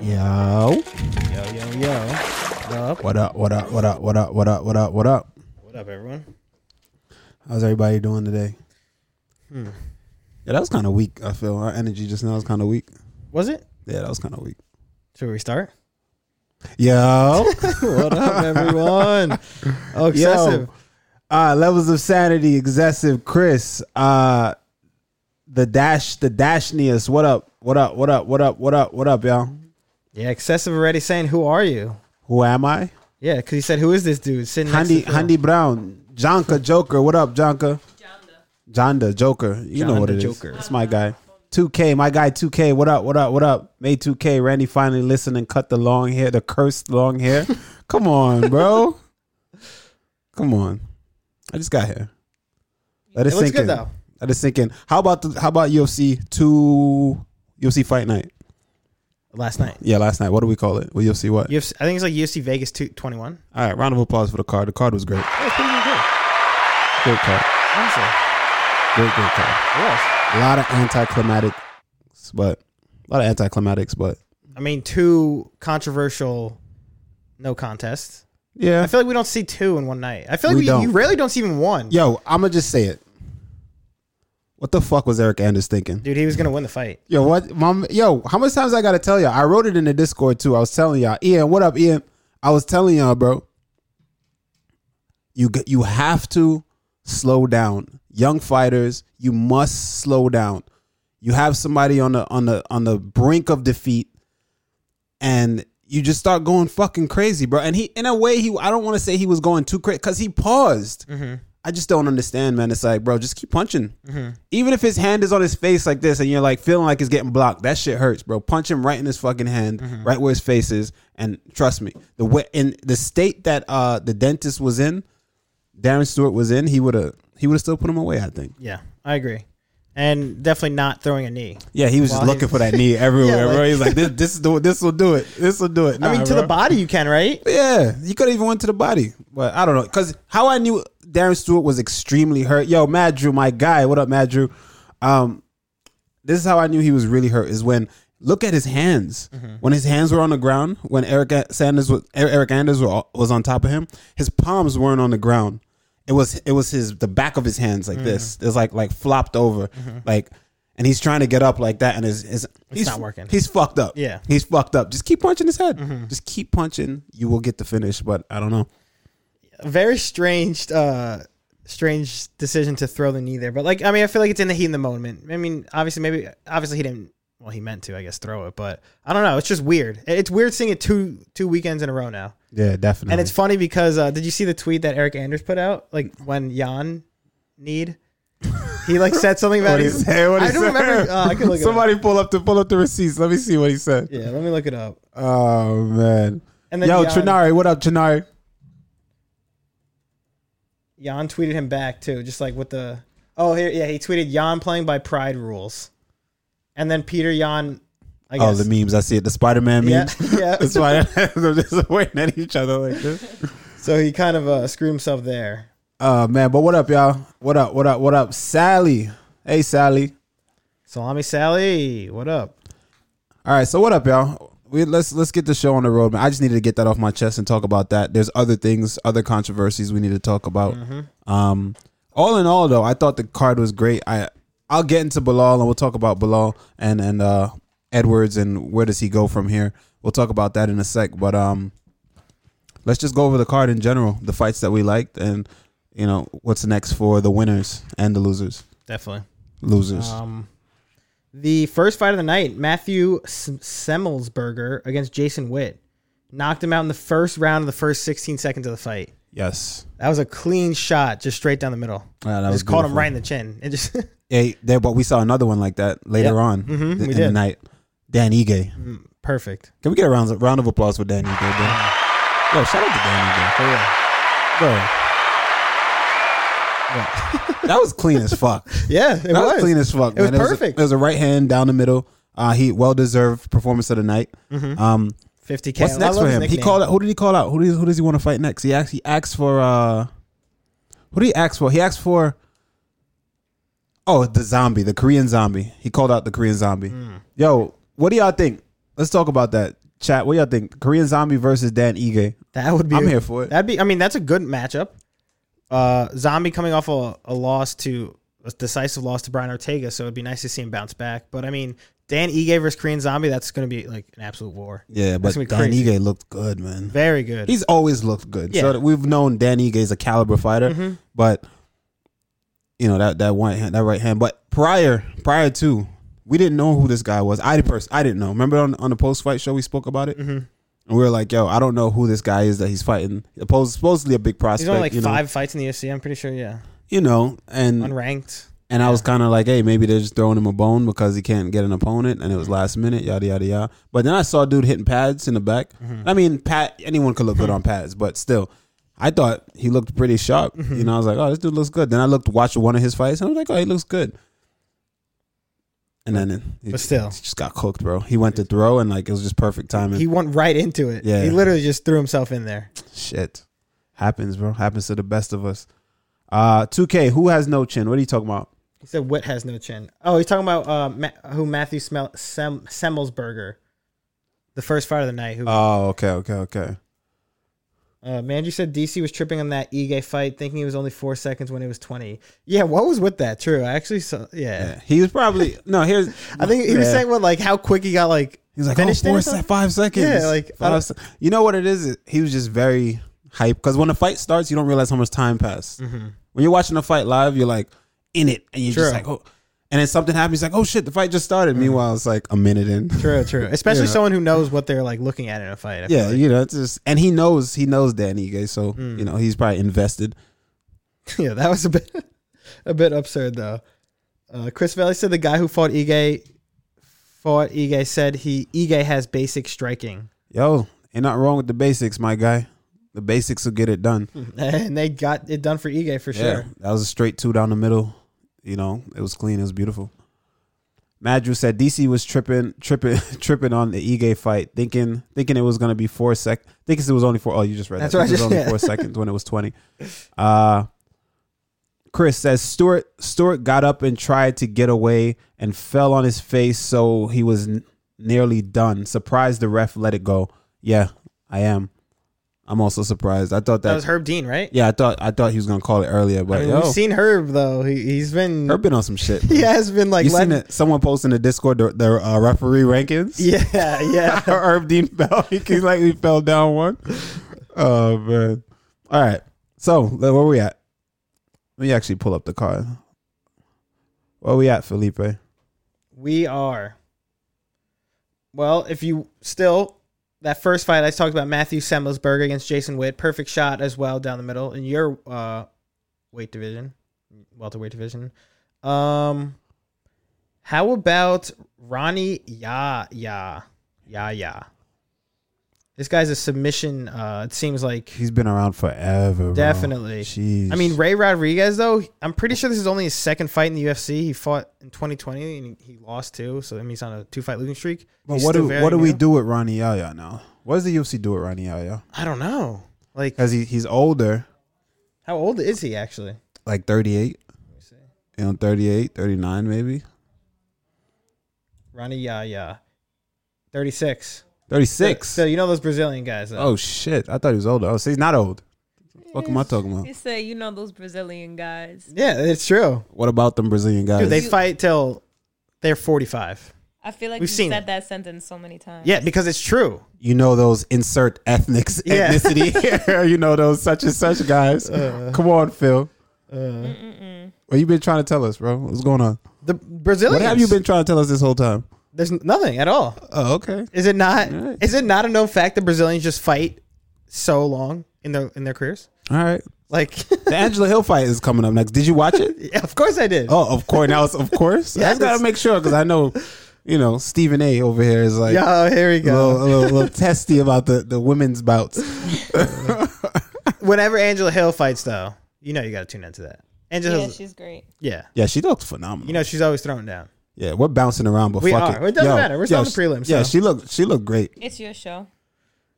Yo. Yo, yo, yo. What up? What up? What up? What up? What up? What up? What up? What up? What up, everyone? How's everybody doing today? Hmm. Yeah, that was kind of weak. I feel our energy just now was kind of weak. Was it? Yeah, that was kind of weak. Should we start? Yo. what up, everyone? Oh, Yo. excessive. Uh, levels of sanity, excessive. Chris. Uh, the dash, the dashniest. What up? What up? What up? What up? What up? What up, y'all? Yeah, excessive already saying, Who are you? Who am I? Yeah, because he said, Who is this dude sitting next Handy, to Phil. Handy Brown, Jonka Joker. What up, Jonka? Jonda Joker. You know Jonda what it is. Joker. That's my guy. 2K, my guy 2K. What up? What up? What up? May 2K. Randy finally listened and cut the long hair, the cursed long hair. Come on, bro. Come on. I just got here. Let it, It looks sink good, in. though. Let it sink in. How about the, how about UFC two UFC fight night? Last night. Yeah, last night. What do we call it? Well, UFC what? UFC, I think it's like UFC Vegas 2- 21. All right, round of applause for the card. The card was great. That was pretty damn good. Great card. Honestly, Great, great card. it was. A lot of anticlimatics, but a lot of anticlimatics, but I mean, two controversial no contests. yeah. I feel like we don't see two in one night. I feel like We we don't. you rarely don't see even one. Yo, I'm gonna just say it. What the fuck was Eric Anders thinking? Dude, he was going to win the fight. Yo, what, mom? Yo, how much times I gotta tell y'all? I wrote it in the Discord too. I was telling y'all, Ian, what up, Ian? I was telling y'all, bro. You g- you have to slow down, young fighters. You must slow down. You have somebody on the on the on the brink of defeat, and you just start going fucking crazy, bro. And he, in a way, he I don't want to say he was going too crazy because he paused. Mm-hmm. I just don't understand, man. It's like, bro, just keep punching. Even if his hand is on his face like this, and you're like feeling like it's getting blocked, that shit hurts, bro. Punch him right in his fucking hand, Mm-hmm. right where his face is, and trust me, the way in the state that uh the dentist was in, Darren Stewart was in, he would have he would have still put him away. I think. Yeah, I agree. And definitely not throwing a knee. Yeah, he was Well, just looking he's- for that knee everywhere, Yeah, like- bro. He's like, this this do this will do it. This will do it. I mean, Nah, to bro. the body you can, right? Yeah, you could have even went to the body, but I don't know. Cause how I knew Darren Stewart was extremely hurt. Yo, Mad Drew, my guy, what up, Mad Drew? Um, this is how I knew he was really hurt is when look at his hands. Mm-hmm. When his hands were on the ground, when Eric A- Sanders was Er- Eric Anders were- was on top of him, his palms weren't on the ground. It was it was his the back of his hands like this. Mm. It's like like flopped over, like, and he's trying to get up like that, and his, his he's Mm-hmm. not working. He's fucked up. Yeah. Mm-hmm. He's fucked up. Just keep punching his head. Just keep punching. You will get the finish, but I don't know. Very strange, uh, strange decision to throw the knee there. But like, I mean, I feel like it's in the heat in the moment. I mean, obviously, maybe, obviously, he didn't. Well, he meant to, I guess, throw it. But I don't know. It's just weird. It- It's weird seeing it two two weekends in a row now. Yeah, definitely. And it's funny because uh, did you see the tweet that Eric Anders put out? Like when Jan need, he like said something about what he his- said. What he I don't said. remember. Uh, I can look it up. Somebody pull up the pull up the receipts. Let me see what he said. Yeah, let me look it up. Oh man. And then Yo, Jan, Trinari, what up, Trinari? Jan tweeted him back too, just like with the oh here yeah he tweeted Jan playing by pride rules, and then Peter Jan. I Oh, guess. the memes. I see it. The Spider Man Yeah, memes. yeah. the Spider They're just waiting at each other like this. so he kind of uh, screwed himself there. Oh man, but what up, y'all? What up? What up? What up? Sally. Hey, Sally. Salami Sally, what up? All right, so what up, y'all? We, let's let's get the show on the road, man. I just needed to get that off my chest and talk about that. There's other things, other controversies we need to talk about. Um, all in all, though, I thought the card was great. I I'll get into Bilal and we'll talk about Bilal and and uh, Edwards and where does he go from here. We'll talk about that in a sec, but um, let's just go over the card in general, the fights that we liked, and you know what's next for the winners and the losers. Definitely. Losers. Um, the first fight of the night, Matthew S- Semmelsberger against Jason Witt, knocked him out in the first round of the first 16 seconds of the fight. yes. That was a clean shot, just straight down the middle. Yeah, that just was caught him beautiful. right in the chin, and just Yeah, there, but we saw another one like that later Yep. on th- Mhm, we in the did. night. Dan Ige. mm, perfect. Can we get a round, round of applause for Dan Ige, bro? Yo, shout out to Dan Ige. For real. Bro. that was clean as fuck. Yeah, it that was. was. clean as fuck. It was man. a- perfect. it was a right hand down the middle. Uh, he well deserved performance of the night. Mm-hmm. Um, 50k. what's I next love for his him? He nickname. called out. Who did he call out? Who does who does he want to fight next? He asked. He asked for. Uh, who did he ask for? He asked for. Oh, the zombie, Hmm. the Korean zombie. He called out the Korean zombie. Yo, what do y'all think? Let's talk about that. Chat, what y'all think? Korean Zombie versus Dan Ige. That would be. I'm here for it. That'd be. I mean, that's a good matchup. Uh, Zombie coming off a, a loss to a decisive loss to Brian Ortega, so it'd be nice to see him bounce back. But I mean, Dan Ige versus Korean Zombie, that's going to be like an absolute war. Yeah, but gonna be Dan crazy. Ige looked good, man. Very good. He's always looked good. Yeah. Mm-hmm. So that we've known Dan Ige is a caliber fighter, but you know that that one hand, that right hand. But prior prior to, we didn't know who this guy was. I pers- I didn't know. Remember on on the post fight show we spoke about it, Mm-hmm. and we were like, "Yo, I don't know who this guy is that he's fighting." Opposed, supposedly a big prospect. He's only like you know, five fights in the UFC. I'm pretty sure. Yeah, You know, and unranked. and I was kind of like, hey, maybe they're just throwing him a bone because he can't get an opponent, and it Mm-hmm. was last minute, yada yada yada. But then I saw a dude hitting pads in the back. Mm-hmm. I mean, pat anyone could look good on pads, but still, I thought he looked pretty sharp. Mm-hmm. You know, I was like, oh, this dude looks good. Then I looked, watched one of his fights, and I was like, oh, he looks good. And then it, he, But still. he just got cooked, bro. He went to throw, and like it was just perfect timing. He went right into it. Yeah. He literally just threw himself in there. Shit, happens, bro. Happens to the best of us. Uh, 2K, who has no chin? What are you talking about? He said Witt has no chin. Oh, he's talking about uh, Ma- who Matthew Smel- Sem- Semmelsberger, the first fight of the night. Who uh, Oh, okay, okay, okay. Manju said DC was tripping on that Ige fight, thinking it was only four seconds when it was twenty. Yeah, what was with that? True, I actually saw. Yeah, Yeah. He was probably no. Here's I think he was Yeah. saying what like how quick he got like He's like, finished oh, it or four something? se- five seconds. Yeah, like, I don't- five se- you know what it is? It- He was just very hype because when the fight starts, you don't realize how much time passed. When you're watching a fight live, you're like in it, and you're Mm-hmm. True. Mm-hmm. just like, oh, and then something happens. Like, oh shit, the fight just started. Meanwhile, it's like a minute in. True, true. Especially Yeah. someone who knows what they're like looking at in a fight. I feel yeah, like. you know, it's just and he knows he knows Danny Ige, so Mm. you know he's probably invested. yeah, that was a bit a bit absurd though. Uh, Chris Valley said the guy who fought Ige fought Ige said he Ige has basic striking, Yo, ain't not wrong with the basics, my guy. The basics will get it done. and they got it done for Ige for sure. that was a straight two down the middle. You know, it was clean. It was beautiful. Madru said DC was tripping, tripping, tripping on the Ige fight, thinking thinking it was gonna be four sec. Thinking it was only four oh you just read That's that. what I Thinking it just- was yeah. only four seconds when it was twenty. Uh, Chris says Stewart Stewart got up and tried to get away and fell on his face, so he was n- nearly done. Surprised the ref let it go. Yeah, I am. I'm also surprised. I thought that, That was Herb Dean, right? yeah, I thought I thought he was gonna call it earlier, but I mean, yo, we've seen Herb though. He he's been Herb been on some shit. he has been like you seen letting- it? Someone posted in the Discord their, their uh, referee rankings. Yeah, yeah. Herb Dean fell. He he like he fell down one. Oh man! All right. So le- where we at? Let me actually pull up the card. Where we at, Felipe? We are. Well, if you still that first fight I talked about Matthew Semmelsberger against Jason Witt, perfect shot as well down the middle in your uh, weight division, welterweight division. Um, how about Ronnie Ya Ya Ya Ya? This guy's a submission. Uh, it seems like He's been around forever. bro. Definitely. Jeez. I mean, Ray Rodriguez, though, I'm pretty sure this is only his second fight in the UFC. He fought in 2020 and he lost two, so that means he's on a two fight losing streak. but He's what still do very what do we new. do with Ronnie Yaya now? What does the UFC do with Ronnie Yaya? I don't know. Like, Because he, he's older, how old is he actually? like thirty eight. You know, 38, 39 maybe. Ronnie Yaya, 36. 36. So, you know those Brazilian guys, though. Oh shit! I thought he was older. Oh, so he's not old. What am I talking about? He said, you know those Brazilian guys. Yeah, it's true. What about them Brazilian guys? Dude, they You- fight till they're 45. I feel like We've you seen said it. that sentence so many times. Yeah, because it's true. you know those insert ethnics Yeah. Uh. ethnicity here. you know those such and such guys. Come on, Phil. what you been trying to tell us, bro? What's going on? The Brazilians. What have you been trying to tell us this whole time? There's nothing at all. Oh, okay. Is it not? All right. Is it not a known fact that Brazilians just fight so long in their in their careers? All right. Like, The Angela Hill fight is coming up next. Did you watch it? Yeah, of course I did. Oh, of course. Now, it's of course. I just gotta Yes. make sure because I know, you know, Stephen A. over here is like yeah, oh, here we a, go. little, a little- little testy about the the women's bouts. Whenever Angela Hill fights, though, you know you got to tune into that. Angela, Yeah, Hill's- she's great. yeah, Yeah, she looked phenomenal. you know she's always thrown down. Yeah, we're bouncing around, but We fuck are. it. It doesn't matter. We're still on the she- prelims, Yeah, so. she looked. She looked great. It's your show.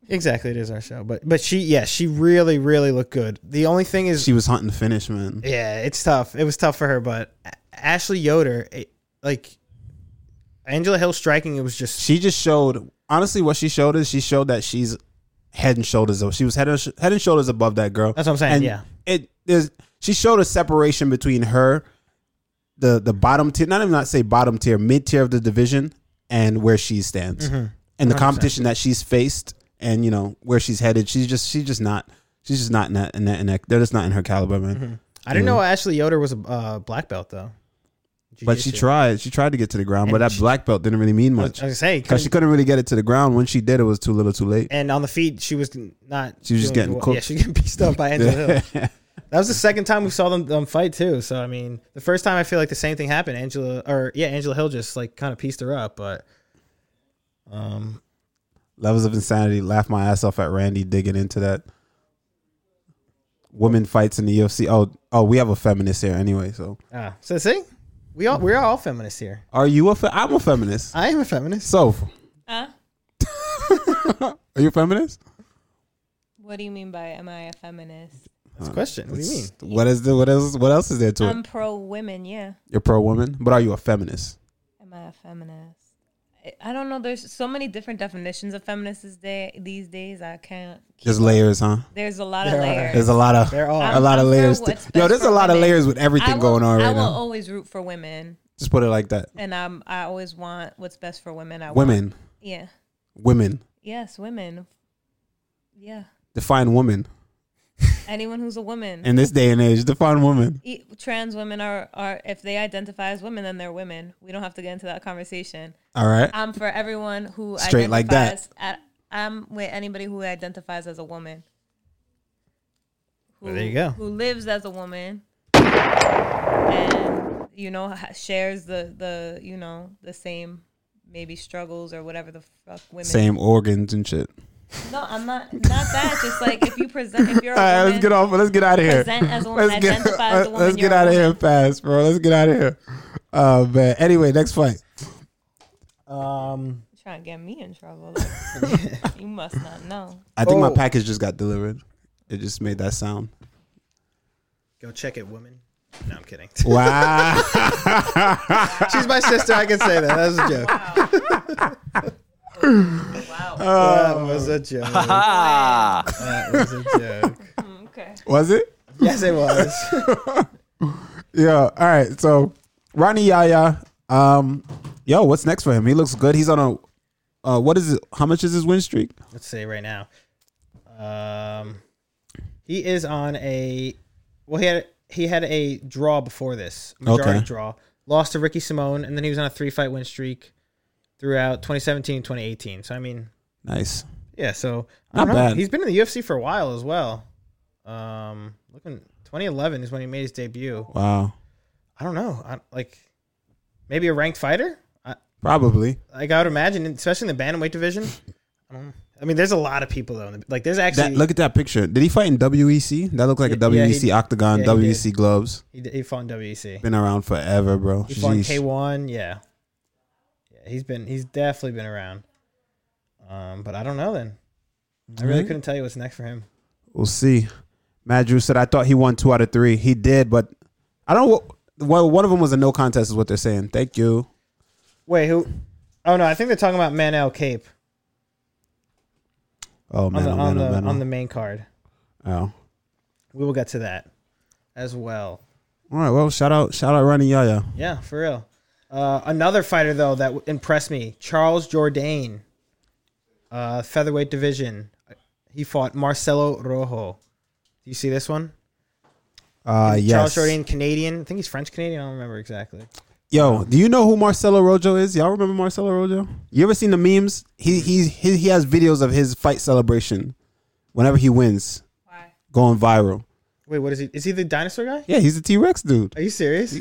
Exactly, it is our show, but but she, yeah, she really, really looked good. The only thing is, She was hunting the finish, man. yeah, it's tough. It was tough for her, but A- Ashley Yoder, it, like Angela Hill striking, it was just She just showed honestly, what she showed is she showed that she's head and shoulders. She was head and, sh- head and shoulders above that girl. That's what I'm saying. and yeah. it is. She showed a separation between her, the the bottom tier, not even not say bottom tier, mid tier of the division, and where she stands, and the competition that she's faced, and you know where she's headed. She's just she's just not she's just not in that in that, in that they're just not in her caliber, man. I didn't know Ashley Yoder was a uh, black belt though. But she Jiu-jitsu. tried. She tried to get to the ground, but And that she- black belt didn't really mean I was much I was gonna say, because she couldn't really get it to the ground. When she did, it was too little, too late. and on the feet she was not. She was just doing getting well. cooked. Yeah, she was getting pieced up by Angela Hill. That was the second time we saw them, them fight too. So I mean, the first time I feel like the same thing happened. Angela or yeah, Angela Hill just like kind of pieced her up, but um, Levels of insanity. Laugh my ass off at Randy digging into that. Women fights in the UFC. Oh, oh, we have a feminist here anyway. So, ah, so see, we all we're all feminists here. are you a? Fe- I'm a feminist. I am a feminist. So, Huh? are you a feminist? What do you mean by am I a feminist? That's Uh, a question. What do you mean? What is the? What else? What else is there to I'm it? pro women, yeah. You're pro woman, but are you a feminist? Am I a feminist? I- I don't know. There's so many different definitions of feminists this day, these days. I can't. There's layers, huh? There's a lot of There are. layers. There's a lot of There are. a I'm- lot of I'm for layers. to- what's Yo, best there's for a lot of women. layers with everything I will- going on I right will now. always root for women, Just put it like that. and I'm I always want what's best for women. I want- Women, yeah, women, yes, women, yeah. define woman Anyone who's a woman, in this day and age. Define woman. E- trans women are are if they identify as women, then they're women. We don't have to get into that conversation. All right. I'm for everyone who Straight like that. identifies at- I'm with anybody who identifies as a woman. Who, Well, there you go. Who lives as a woman, and you know ha- shares the the you know the same maybe struggles or whatever the fuck women. Same organs and shit. No, I'm not not that. Just like if you present, if you're a All right, woman, let's get off. Let's get out of here. Present as a woman, let's get, identify as a woman, let's get you're a out of woman. here fast, bro. Let's get out of here. Oh man. Anyway, next fight. Um, trying to get me in trouble. you must not know. I think Oh. my package just got delivered. It just made that sound. go check it, women. No, I'm kidding. Wow. She's my sister. I can say that. That was a joke. Uh, Wow. Oh. That was a joke. That was a joke. okay. Was it? Yes, it was. Yeah. All right. So Ronnie Yaya. Um, yo, what's next for him? He looks good. He's on a uh, what is it? How much is his win streak? Let's say right now. Um, he is on a. Well, he had he had a draw before this majority Okay. draw. Lost to Ricky Simone, and then he was on a three fight win streak throughout 2017, 2018. So I mean, Nice. yeah. So I Not don't know. bad. He's been in the UFC for a while as well. Um, looking 2011 is when he made his debut. Wow. I don't know. I, like maybe a ranked fighter. I, Probably. like I would imagine, especially in the bantamweight division. I, don't, I mean, there's a lot of people though. in the- Like there's actually That, look at that picture. Did he fight in WEC? That looked like a Yeah, yeah, he- WEC octagon, yeah, he did. WEC gloves. he, d- he fought in WEC. Been around forever, bro. He fought in Jeez. K1. Yeah, yeah. He's been he's definitely been around. Um, but I don't know. Then I really Alright. couldn't tell you what's next for him. We'll see. Madru said, "I thought he won two out of three. He did, but I don't. know what- Well, one of them was a no contest, is what they're saying. Thank you. Wait, who? Oh no, I think they're talking about Manel Cape Oh on man, the oh, on man, the oh, man, on the main card. oh. All We will get to that as well. right. Well, shout out, shout out, Ronnie Yaya. Yeah, for real. Uh, another fighter though that w- impressed me, Charles Jourdain, uh, featherweight division. He fought Marcelo Rojo. Do you see this one? Uh, yes. Charles Jourdain, Canadian. I think he's French Canadian. I don't remember exactly. Yo, do you know who Marcelo Rojo is? Y'all remember Marcelo Rojo? You ever seen the memes? He he's, he he has videos of his fight celebration whenever he wins Why? going viral. Wait, what is he? Is he the dinosaur guy? Yeah, he's a T Rex dude. Are you serious?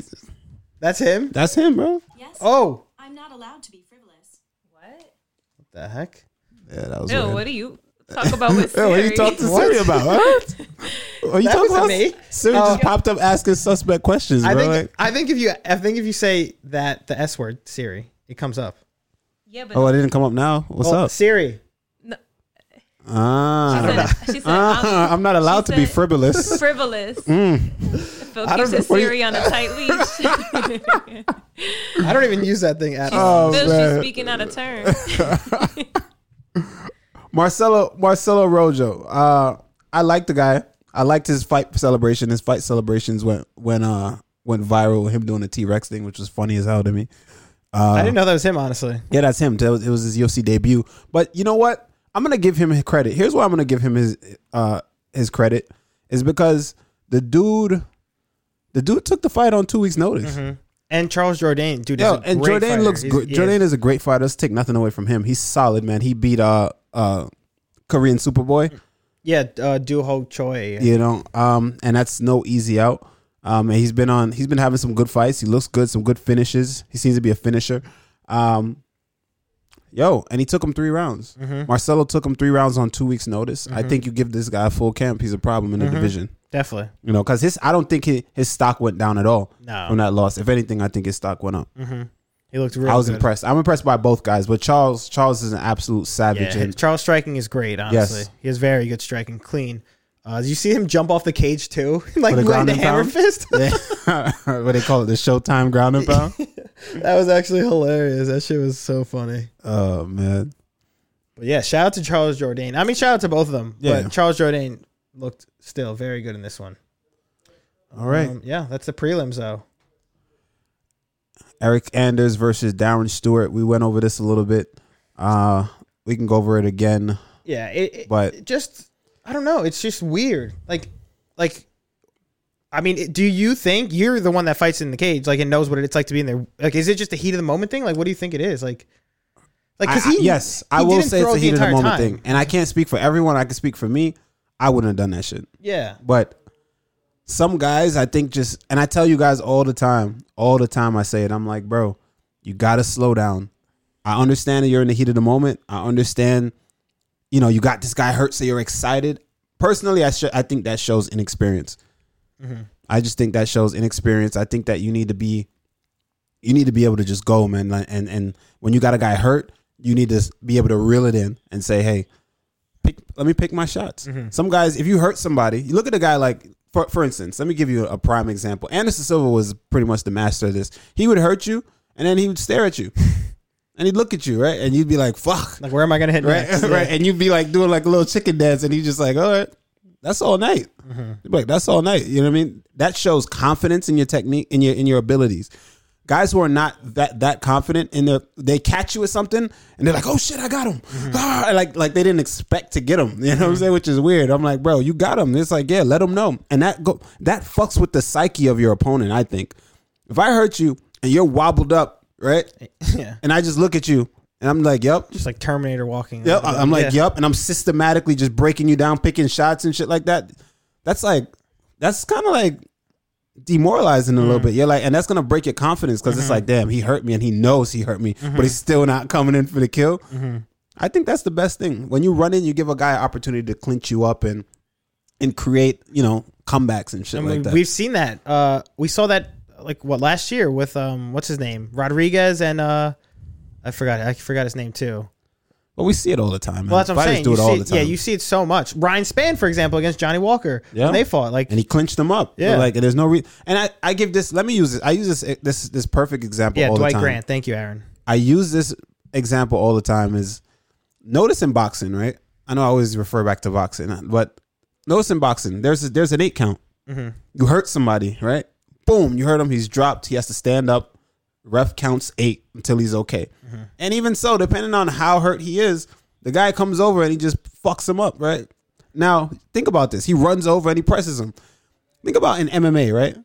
That's him. That's him, bro. Yes, Oh, I'm not allowed to be frivolous. What? what the heck? Yeah, that was. Ew, weird. what do you talk about with Yo, Siri? what Oh, you talking to What? Siri about? Huh? What you That talking wasn't about? me. Siri just Uh, popped up asking suspect questions, bro. I think Like, I think if you I think if you say that the S word Siri, it comes up. yeah, but oh, I didn't come up now. What's Oh, up? Siri? no, Ah, she said, she said Ah, I'm I'm Mm. not allowed she to be said- frivolous. frivolous. Phil I don't keeps his know what you- Siri on a tight leash. I don't even use that thing at all. Oh, Phil, man. she's speaking out of turn. Marcelo Marcelo Rojo. Uh, I like the guy. I liked his fight celebration. His fight celebrations went went uh went viral. Him doing the T Rex thing, which was funny as hell to me. Uh, I didn't know that was him, honestly. Yeah, that's him. That was- It was his UFC debut. But you know what? I'm gonna give him credit. Here's why I'm gonna give him his uh his credit is because the dude, the dude took the fight on two weeks' notice. And Charles Jourdain, dude, Yo, is Mm-hmm. a and great Jordan fighter. looks He's- good. he Jordan is a great fighter. Let's take nothing away from him. He's solid, man. He beat uh uh Korean Superboy. yeah, uh, Do Ho Choi. You know, um, and that's no easy out. Um, and he's been on. He's been having some good fights. He looks good. Some good finishes. He seems to be a finisher. Um, yo, and he took him three rounds. Mm-hmm. Marcelo took him three rounds on two weeks' notice. I think you give this guy a full camp. He's a problem Mm-hmm. in the division. Definitely. You know, because his I don't think he, his stock went down at all No. from that loss. If anything, I think his stock went up. He looked really I was good. impressed. I'm impressed by both guys, but Charles Charles is an absolute savage. Yeah, and Charles striking is great, honestly. Yes. He has very good striking, clean. Uh, you see him jump off the cage too, like With a land ground a and hammer pound? fist. what they call it, the Showtime ground and pound. that was actually hilarious. That shit was so funny. oh man, But yeah, shout out to Charles Jourdain. I mean, shout out to both of them. Yeah. But Charles Jourdain looked still very good in this one. all right. Um, yeah, that's the prelims though. Eric Anders versus Darren Stewart. We went over this a little bit. Uh, we can go over it again. Yeah, it, it- But- it just I don't know. It's just weird. Like, like, I mean, it- do you think you're the one that fights in the cage, like, and knows what it's like to be in there? Like, is it just a heat of the moment thing? Like, what do you think it is? Like, like, I- cause I- he yes, he I will didn't say it's throw a the heat of the entire moment time. thing, and I can't speak for everyone. I can speak for me. I wouldn't have done that shit. Yeah, But some guys, I think, just and I tell you guys all the time, all the time, I say it. I'm like, bro, you gotta slow down. I understand that you're in the heat of the moment. I understand, you know, you got this guy hurt, so you're excited. Personally, I sh- I think that shows inexperience. I just think that shows inexperience. I think that you need to be, you need to be able to just go, man. Like, And and when you got a guy hurt, you need to s- be able to reel it in and say, hey, pick, let me pick my shots. Some guys, if you hurt somebody, you look at a guy like, for, for instance, let me give you a prime example. Anderson Silva was pretty much the master of this. He would hurt you, and then he would stare at you, and he'd look at you, right, and you'd be like, "Fuck," like, where am I gonna hit right, next? right, and you'd be like doing like a little chicken dance, and he's just like, "All right, that's all night." You'd be Like that's all night. You know what I mean? That shows confidence in your technique, in your in your abilities. Guys who are not that that confident in their, they catch you with something and they're like, "Oh shit, I got him!" Ah, like like they didn't expect to get him. You know what I'm saying? Which is weird. I'm like, bro, you got him. It's like, yeah, let him know. And that go that fucks with the psyche of your opponent. I think if I hurt you and you're wobbled up, right, yeah, and I just look at you and I'm like, "Yep, just like Terminator walking. Yep. I- I'm like, yeah. yep. And I'm systematically just breaking you down, picking shots and shit like that. That's like, that's kind of like demoralizing a Mm. little bit. You're like, and that's going to break your confidence because Mm-hmm. it's like, damn, he hurt me and he knows he hurt me, but he's still not coming in for the kill. Mm-hmm. I think that's the best thing. When you run in, you give a guy an opportunity to clinch you up and, and create, you know, comebacks and shit And like we, that. We've seen that. Uh, we saw that like what last year with um, what's his name, Rodriguez, and uh, I forgot, I forgot his name too. but we see it all the time. Man. Well, that's what I'm Fighters saying. do You it all see the it- time. Yeah, you see it so much. Ryan Spann, for example, against Johnny Walker, Yeah. when they fought, like and he clinched them up. Yeah. Yeah, like there's no reason. And I, I give this. Let me use this. I use this this this perfect example. yeah, all Dwight the time. Grant. Thank you, Aaron. I use this example all the time is notice in boxing, right? I know I always refer back to boxing, but notice in boxing, there's a, there's an eight count. You hurt somebody, right? Boom, you hurt him. He's dropped. He has to stand up. Ref counts eight until he's okay. And even so, depending on how hurt he is, the guy comes over and he just fucks him up, right? Now, think about this. He runs over and he presses him. Think about in MMA, right?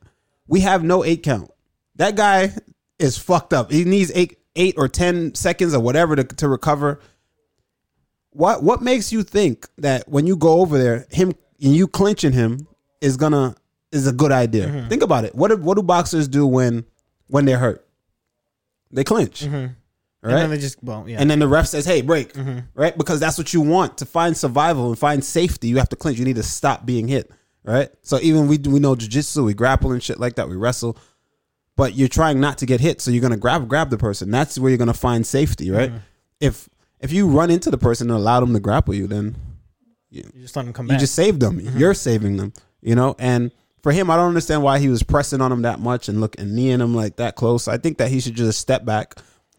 We have no eight count. That guy is fucked up. He needs eight, eight or ten seconds or whatever to, to recover. What what makes you think that when you go over there, him and you clinching him is gonna is a good idea? Think about it. What do, what do boxers do when when they're hurt? They clinch, And right? then they just well, yeah. And then the ref says, "Hey, break!" Right? Because that's what you want to find survival and find safety. You have to clinch. You need to stop being hit. Right? So even we we know jujitsu, we grapple and shit like that. We wrestle, but you're trying not to get hit. So you're gonna grab grab the person. That's where you're gonna find safety. Right? If if you run into the person and allow them to grapple you, then you just let him come you back. just saved them. Mm-hmm. You're saving them. You know, and for him, I don't understand why he was pressing on him that much and look and kneeing him like that close. I think that he should just step back,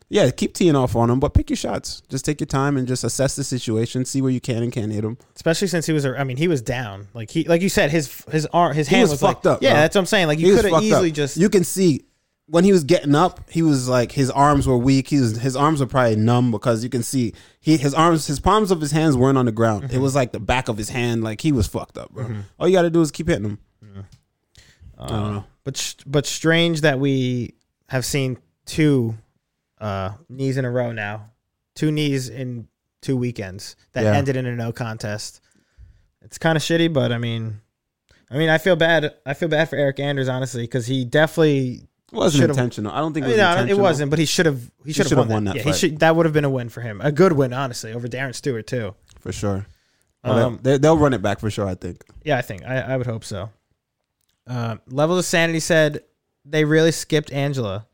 yeah, keep teeing off on him, but pick your shots. Just take your time and just assess the situation, see where you can and can't hit him. especially since he was. a- I mean, he was down. Like he, like you said, his his arm, his hand was like- fucked up, Yeah, bro. that's what I'm saying. Like He you was could have fucked easily up. just. you can see when he was getting up, he was like his arms were weak. He was his arms were probably numb because you can see he his arms his palms of his hands weren't on the ground. Mm-hmm. It was like the back of his hand, like he was fucked up, bro. All you got to do is keep hitting him. I don't know. Uh, But sh- but strange that we have seen two uh, knees in a row now, two knees in two weekends that Yeah. ended in a no contest. It's kind of shitty, but I mean, I mean, I feel bad. I feel bad for Eric Anders honestly because he definitely. It wasn't Should've- intentional. I don't think I it was mean, no, it intentional. wasn't, but he should have. He should have should've won, that. Yeah, he fight. should. That would have been a win for him, a good win, honestly, over Darren Stewart too. for sure. Um, they, they'll run it back for sure. I think. Yeah, I think I, I would hope so. Um, Levels of Sanity said they really skipped Angela.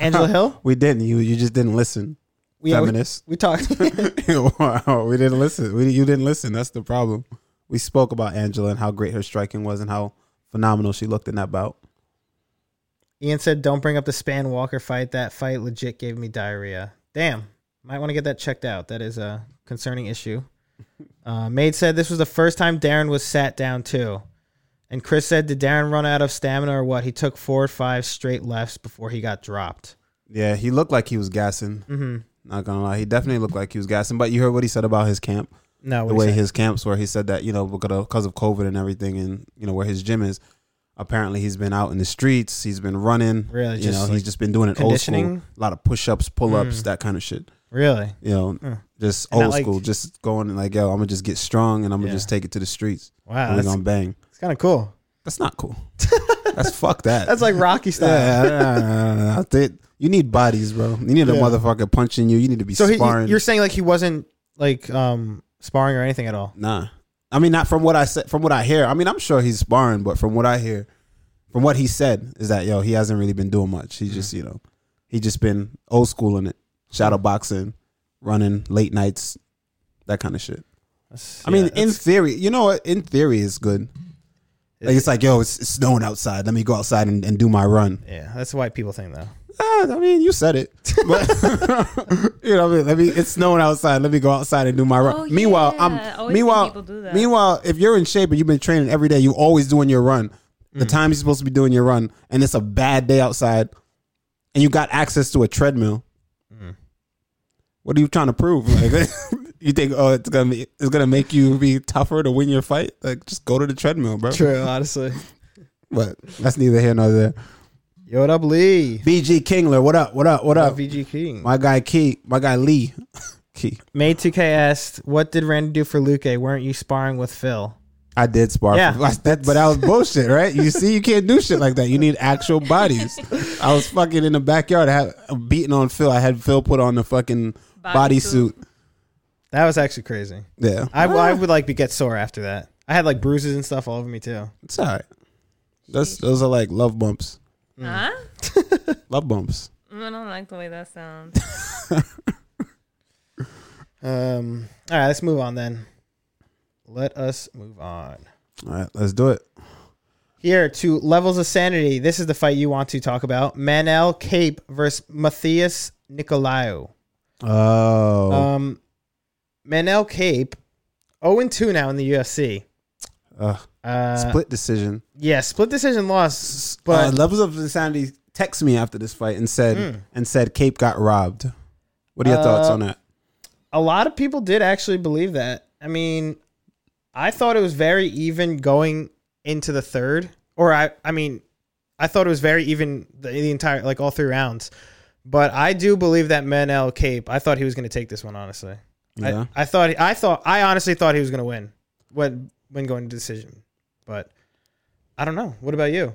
Angela Hill. We didn't. You you just didn't listen. We, yeah, we- Feminist. We, talked. wow, we didn't listen. We, you didn't listen. That's the problem. We spoke about Angela and how great her striking was and how phenomenal she looked in that bout. Ian said, "Don't bring up the Span Walker fight. That fight legit gave me diarrhea. Damn, might want to get that checked out. That is a concerning issue." Uh, Maid said, "This was the first time Darren was sat down too." And Chris said, "Did Darren run out of stamina or what? He took four or five straight lefts before he got dropped." Yeah, he looked like he was gassing. Mm-hmm. Not gonna lie, he definitely looked like he was gassing. But you heard what he said about his camp, No, the what way he said. his camps where he said that you know because of COVID and everything, and you know where his gym is. Apparently, he's been out in the streets. He's been running. Really, you just know, like he's just been doing it old school. conditioning? Mm. A lot of push-ups, pull-ups, that kind of shit. really. you know, just Mm. And not old like- school, just going and like, yo, I'm gonna just get strong and I'm gonna Yeah. just take it to the streets. Wow, and we're that's, gonna bang. that's kind of cool. That's not cool. that's fuck that. That's like Rocky style. yeah, yeah, yeah, yeah, yeah. They- you need bodies, bro. You need a Yeah. motherfucker punching you. You need to be So he, sparring. you're saying like he wasn't like um sparring or anything at all. nah, I mean, not from what I said, from what I hear. I mean, I'm sure he's sparring, but from what I hear, from what he said, is that yo, he hasn't really been doing much. Mm-hmm. He's just, you know, he just been old school in it, shadow Mm. boxing, running late nights, that kind of shit. That's- I mean, yeah, in that's- theory, you know what? In theory, it's good. Like it's like, yo, it's, it's snowing outside. Let me go outside and, and do my run. yeah, that's a white people thing though. Ah, I mean, you said it. But, you know, what I mean, let me. It's snowing outside. Let me go outside and do my run. Oh, meanwhile, yeah. I I'm. always Meanwhile, think people do that. meanwhile, if you're in shape and you've been training every day, you always doing your run. The time you're supposed to be doing your run, and it's a bad day outside, and you got access to a treadmill. Mm. What are you trying to prove? Like, you think, oh, it's gonna be, it's gonna make you be tougher to win your fight? Like, just go to the treadmill, bro. True, honestly. But that's neither here nor there. Yo, what up, Lee? BG Kingler, what up? What up? What up? VG King. My guy Key, my guy Lee, Key. May 2K asked, "What did Randy do for Luke? Weren't you sparring with Phil?" I did spar, Yeah. for- I did- but that was bullshit, right? You see, you can't do shit like that. You need actual bodies. I was fucking in the backyard, I had beating on Phil. I had Phil put on the fucking Body bodysuit. suit. That was actually crazy. Yeah, I, I would like be get sore after that. I had like bruises and stuff all over me too. it's all right. That's those are like love bumps. Mm. Huh? Mm, Love bumps. I don't like the way that sounds. Um, all right, let's move on then. Let us move on. All right, let's do it. Here to levels of sanity. This is the fight you want to talk about: Manel Cape versus Matthias Nicolaou. Oh, Um, Manel Cape, zero and two now in the UFC. uh, Uh, split decision. Yeah, split decision loss. But Hmm. uh, levels of insanity texted me after this fight and said and said Cape got robbed. What are your thoughts Uh, on that? a lot of people did actually believe that. I mean, I thought it was very even going into the third, or I, I mean, I thought it was very even the, the entire like all three rounds. But I do believe that Manel Cape. I thought he was going to take this one. Honestly, Yeah. I, I thought I thought I honestly thought he was going to win when when going to decision. But I don't know. What about you?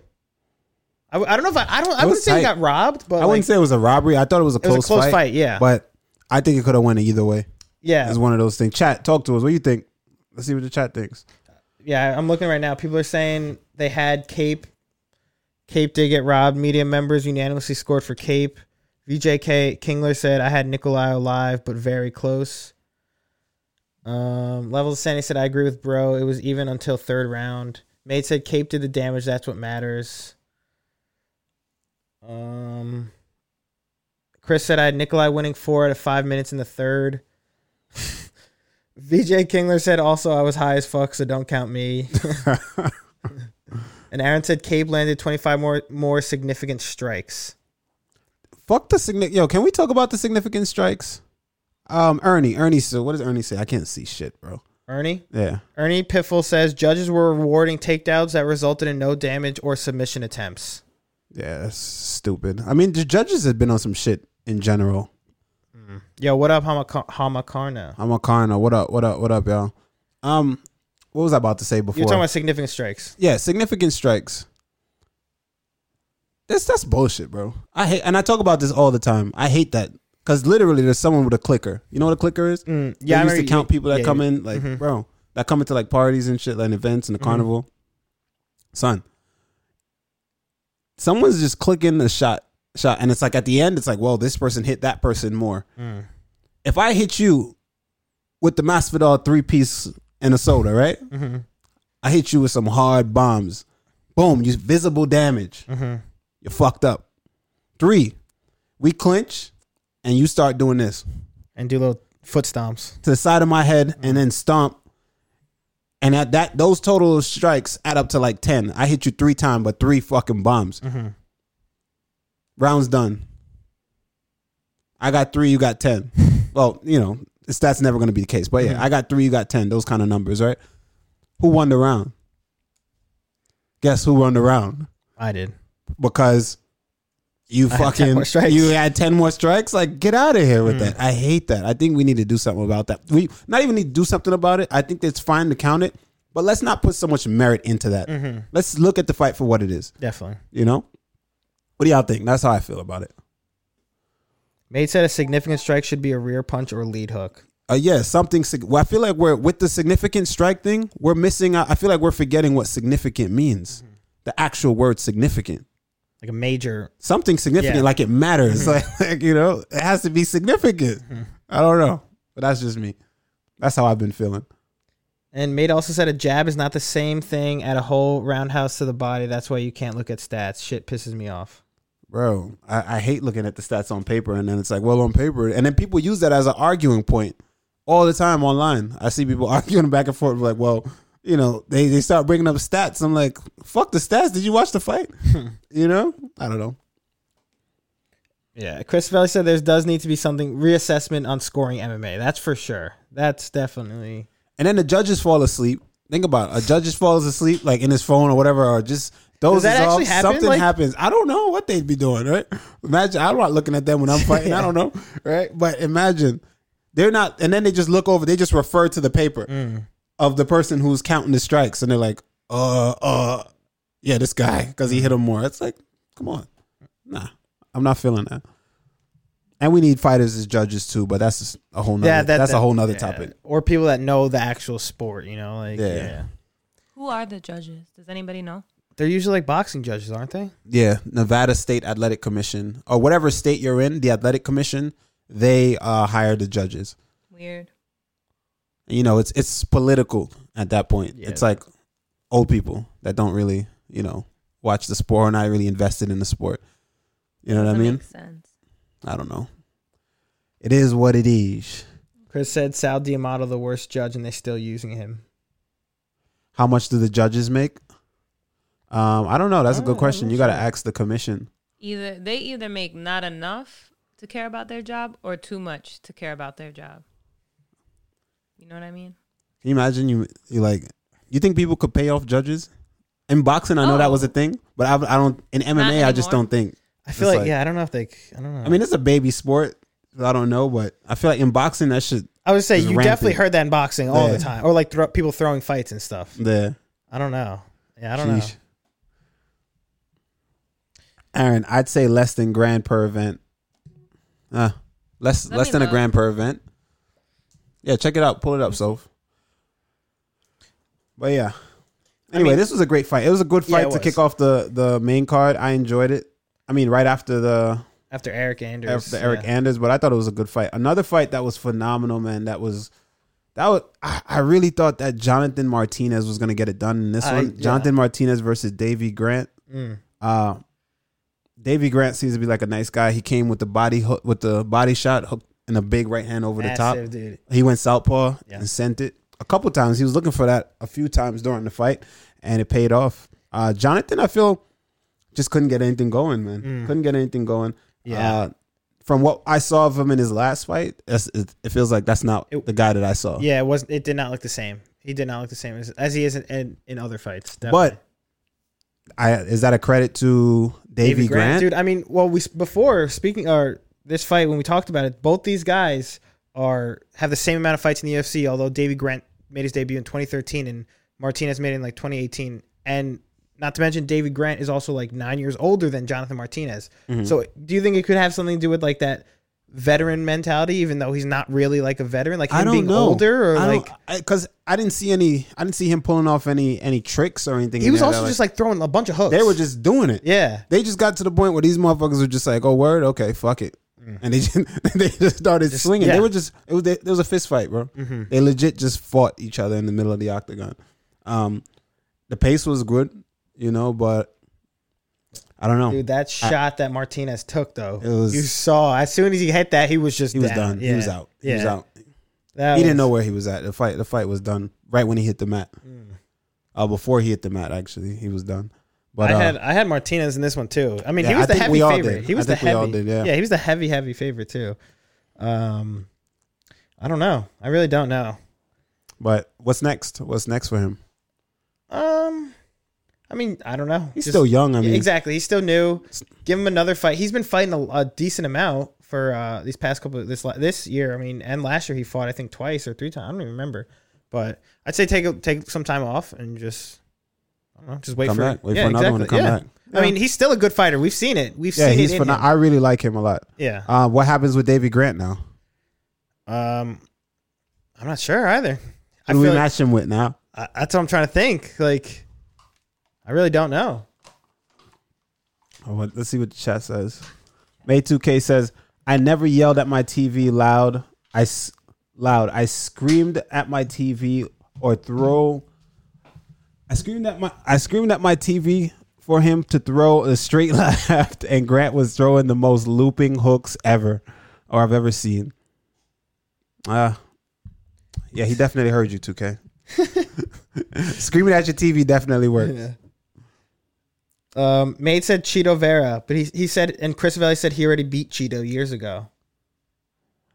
I, w- I don't know if I, I don't. I It was wouldn't say he tight. got robbed, but I wouldn't like, say it was a robbery. I thought it was a it close, was a close fight. yeah, But I think it could have went either way. yeah. It's one of those things. Chat, talk to us. What do you think? Let's see what the chat thinks. yeah, I'm looking right now. People are saying they had Cape. Cape did get robbed. Media members unanimously scored for Cape. VJK Kingler said, I had Nikolai alive, but very close. Um, Level of Sandy said, I agree with bro. It was even until third round. Mate said, Cape did the damage. That's what matters. Um, Chris said I had Nikolai winning four out of five minutes in the third. VJ Kingler said also I was high as fuck, so don't count me. and Aaron said Cabe landed 25 more more significant strikes. Fuck the significant. Yo, can we talk about the significant strikes? Um, Ernie, Ernie. So what does Ernie say? I can't see shit, bro. Ernie? Yeah. Ernie Piffle says judges were rewarding takedowns that resulted in no damage or submission attempts. Yeah, that's stupid. I mean, the judges have been on some shit in general. Yo, what up, Hamaka- Hamakarna? I'm a Karna. What up? What up? What up, y'all? Um, what was I about to say before? You're talking about significant strikes. yeah, significant strikes. That's that's bullshit, bro. I hate, and I talk about this all the time. I hate that because literally, there's someone with a clicker. You know what a clicker is? Mm, Yeah, I I used to remember- count people that yeah, come yeah. Mm-hmm. in, like Mhm. bro, that come into like parties and shit, like events and the carnival. Son, someone's just clicking the shot, shot, and it's like at the end, it's like, well, this person hit that person more. Mm. If I hit you with the Masvidal three piece and a soda, right? Mhm. I hit you with some hard bombs. Boom, you visible damage. Mhm. You're fucked up. Three, we clinch, and you start doing this And do little foot stomps. to the side of my head and then stomp. And at that, those total strikes add up to like ten. I hit you three times, but three fucking bombs. Mm-hmm. Rounds done. I got three, you got ten. well, you know, it's, that's never going to be the case. But yeah, I got three, you got ten. Those kind of numbers, right? Who won the round? Guess who won the round? I did. Because you had 10 fucking more strikes. Mm. you had ten more strikes. Like get out of here with that. I hate that. I think we need to do something about that. We not even need to do something about it. I think it's fine to count it, but let's not put so much merit into that. Mm-hmm. Let's look at the fight for what it is. Definitely. You know, what do y'all think? That's how I feel about it. Made said a significant strike should be a rear punch or lead hook. Uh, yeah, something. sig- Well, I feel like we're with the significant strike thing. We're missing. out I feel like we're forgetting what significant means. Mm-hmm. The actual word significant. Like a major. Something significant, Yeah. like it matters. Like, like, you know, it has to be significant. I don't know, but that's just me. That's how I've been feeling. And Made also said a jab is not the same thing at a whole roundhouse to the body. That's why you can't look at stats. Shit pisses me off. Bro, I, I hate looking at the stats on paper, and then it's like, well, on paper, and then people use that as an arguing point all the time online. I see people arguing back and forth, like, well, you know, they they start bringing up stats. I'm like, fuck the stats. Did you watch the fight? you know, I don't know. Yeah. Chris Valley said there does need to be something reassessment on scoring MMA. That's for sure. That's definitely. And then the judges fall asleep. Think about it. a judges falls asleep, like in his phone or whatever, or just those that off. actually happen? Something Like- happens. I don't know what they'd be doing, right? Imagine I'm not looking at them when I'm fighting. I don't know, right? But imagine they're not, and then they just look over. They just refer to the paper Mm. of the person who's counting the strikes, and they're like, "Uh, uh, yeah, this guy because he hit him more." It's like, come on, nah, I'm not feeling that. And we need fighters as judges too, but that's just a whole nother, Yeah, that- that's that- a whole nother yeah. topic. Or people that know the actual sport, you know, like Yeah. yeah. Who are the judges? Does anybody know? They're usually like boxing judges, aren't they? Yeah, Nevada State Athletic Commission or whatever state you're in, the Athletic Commission, they uh, hire the judges. Weird. You know, it's it's political at that point. Yeah. It's like old people that don't really, you know, watch the sport or not really invested in the sport. You know what I Doesn't mean? make sense. I don't know. It is what it is. Chris said Sal Diamato the worst judge, and they're still using him. How much do the judges make? Um, I don't know. That's a good Oh, question. I'm You got to sure. ask the commission. Either they either make not enough to care about their job or too much to care about their job. You know what I mean? Can you imagine you you like you think people could pay off judges? In boxing, I know that was a Oh. thing, but I, I don't in MMA. I just anymore. don't think. I feel It's like, like- yeah, I don't know if they. I don't know. I mean, it's a baby sport. so I don't know, but I feel like in boxing that should I would say It's you rampant. definitely heard that in boxing all Yeah. the time, or like thro- people throwing fights and stuff. the I don't know. Yeah, I don't Sheesh. Aaron. I'd say less than grand per event. Uh, less Let less me than a look. grand per event. Yeah, check it out. Pull it up, Soph. But yeah. Anyway, mean- this was a great fight. It was a good Yeah, fight it to was. kick off the the main card. I enjoyed it. I mean, right after the know. After Eric Anders, after Eric yeah. Anders, but I thought it was a good fight. Another fight that was phenomenal, man. That was that was I, I really thought that Jonathan Martinez was gonna get it done in this I- Mm. one. yeah. Jonathan Martinez versus Davy Grant. Uh Davy Grant seems to be like a nice guy. He came with the body hook, with the body shot hook and a big right hand over the Massive, top. dude. He went southpaw Yeah. and sent it a couple times. He was looking for that a few times during the fight, and it paid off. Uh, Jonathan, I feel, just couldn't get anything going, man. Couldn't get anything going. Mm. Yeah. Uh, from what I saw of him in his last fight, that's, it, it feels like that's not It- the guy that I saw. Yeah, it wasn't. It did not look the same. He did not look the same as, as he is in, in, in other fights. definitely. but I is that a credit to Davy, Davey Grant? dude. I mean, well, we s- before speaking or this fight when we talked about it, both these guys are have the same amount of fights in the UFC. Although Davy Grant made his debut in 2013 and Martinez made it in like 2018, and not to mention Davy Grant is also like nine years older than Jonathan Martinez. Mm-hmm. So, do you think it could have something to do with like that? veteran mentality even though he's not really like a veteran like him I don't being know. older or like because I, didn't see any. I didn't see him pulling off any any tricks or anything. he in was there also that, just like throwing a bunch of hooks they were just doing it. yeah They just got to the point where these motherfuckers were just like, "Oh word, okay, fuck it," and they just, they just started swinging. Mm. yeah. Mm-hmm. They were just it was it was a fist fight, bro. They legit just fought each other in the middle of the octagon. Um, the pace was good, you know, but I don't know. Dude, that shot that Martinez took though, It was- you saw as soon as he hit that, he was just he was down. done. He Yeah. was out. He yeah. was out. That he didn't was- know where he was at. The fight, the fight was done right when he hit the mat. Mm. Uh, before he hit the mat, actually, he was done. But I uh, had I had Martinez in this one too. I mean, Yeah, he was I the think heavy we all favorite. did. He was I think the we heavy. all did, yeah. he was the heavy heavy favorite too. Um, I don't know. I really don't know. but what's next? What's next for him? Um, I mean, I don't know. He's Just- still young. I Yeah, mean, exactly. He's still new. Give him another fight. He's been fighting a, a decent amount for uh, these past couple this la- this year. I mean, and last year he fought I think twice or three times. I don't even remember. But I'd say take a- take some time off and just I don't know, just wait Come for back. Wait for another one to come yeah. back. I mean, he's still a good fighter. We've seen it. We've yeah, seen he's it. In phenomenal. him. I really like him a lot. Yeah. Uh, what happens with Davy Grant now? Um, I'm not sure either. I Who do we feel like, match him with now? I, that's what I'm trying to think. Like, I really don't know. Oh, what- let's see what the chat says. May2K says, "I never yelled at my TV loud. I s- loud. I screamed at my TV or throw. I screamed at my. I screamed at my TV for him to throw a straight left, and Grant was throwing the most looping hooks ever, or I've ever seen. Uh yeah, he definitely heard you, 2K. Screaming at your TV definitely worked. Um, Maid said Cheeto Vera, but he he said, and Chris Valley said he already beat Cheeto years ago.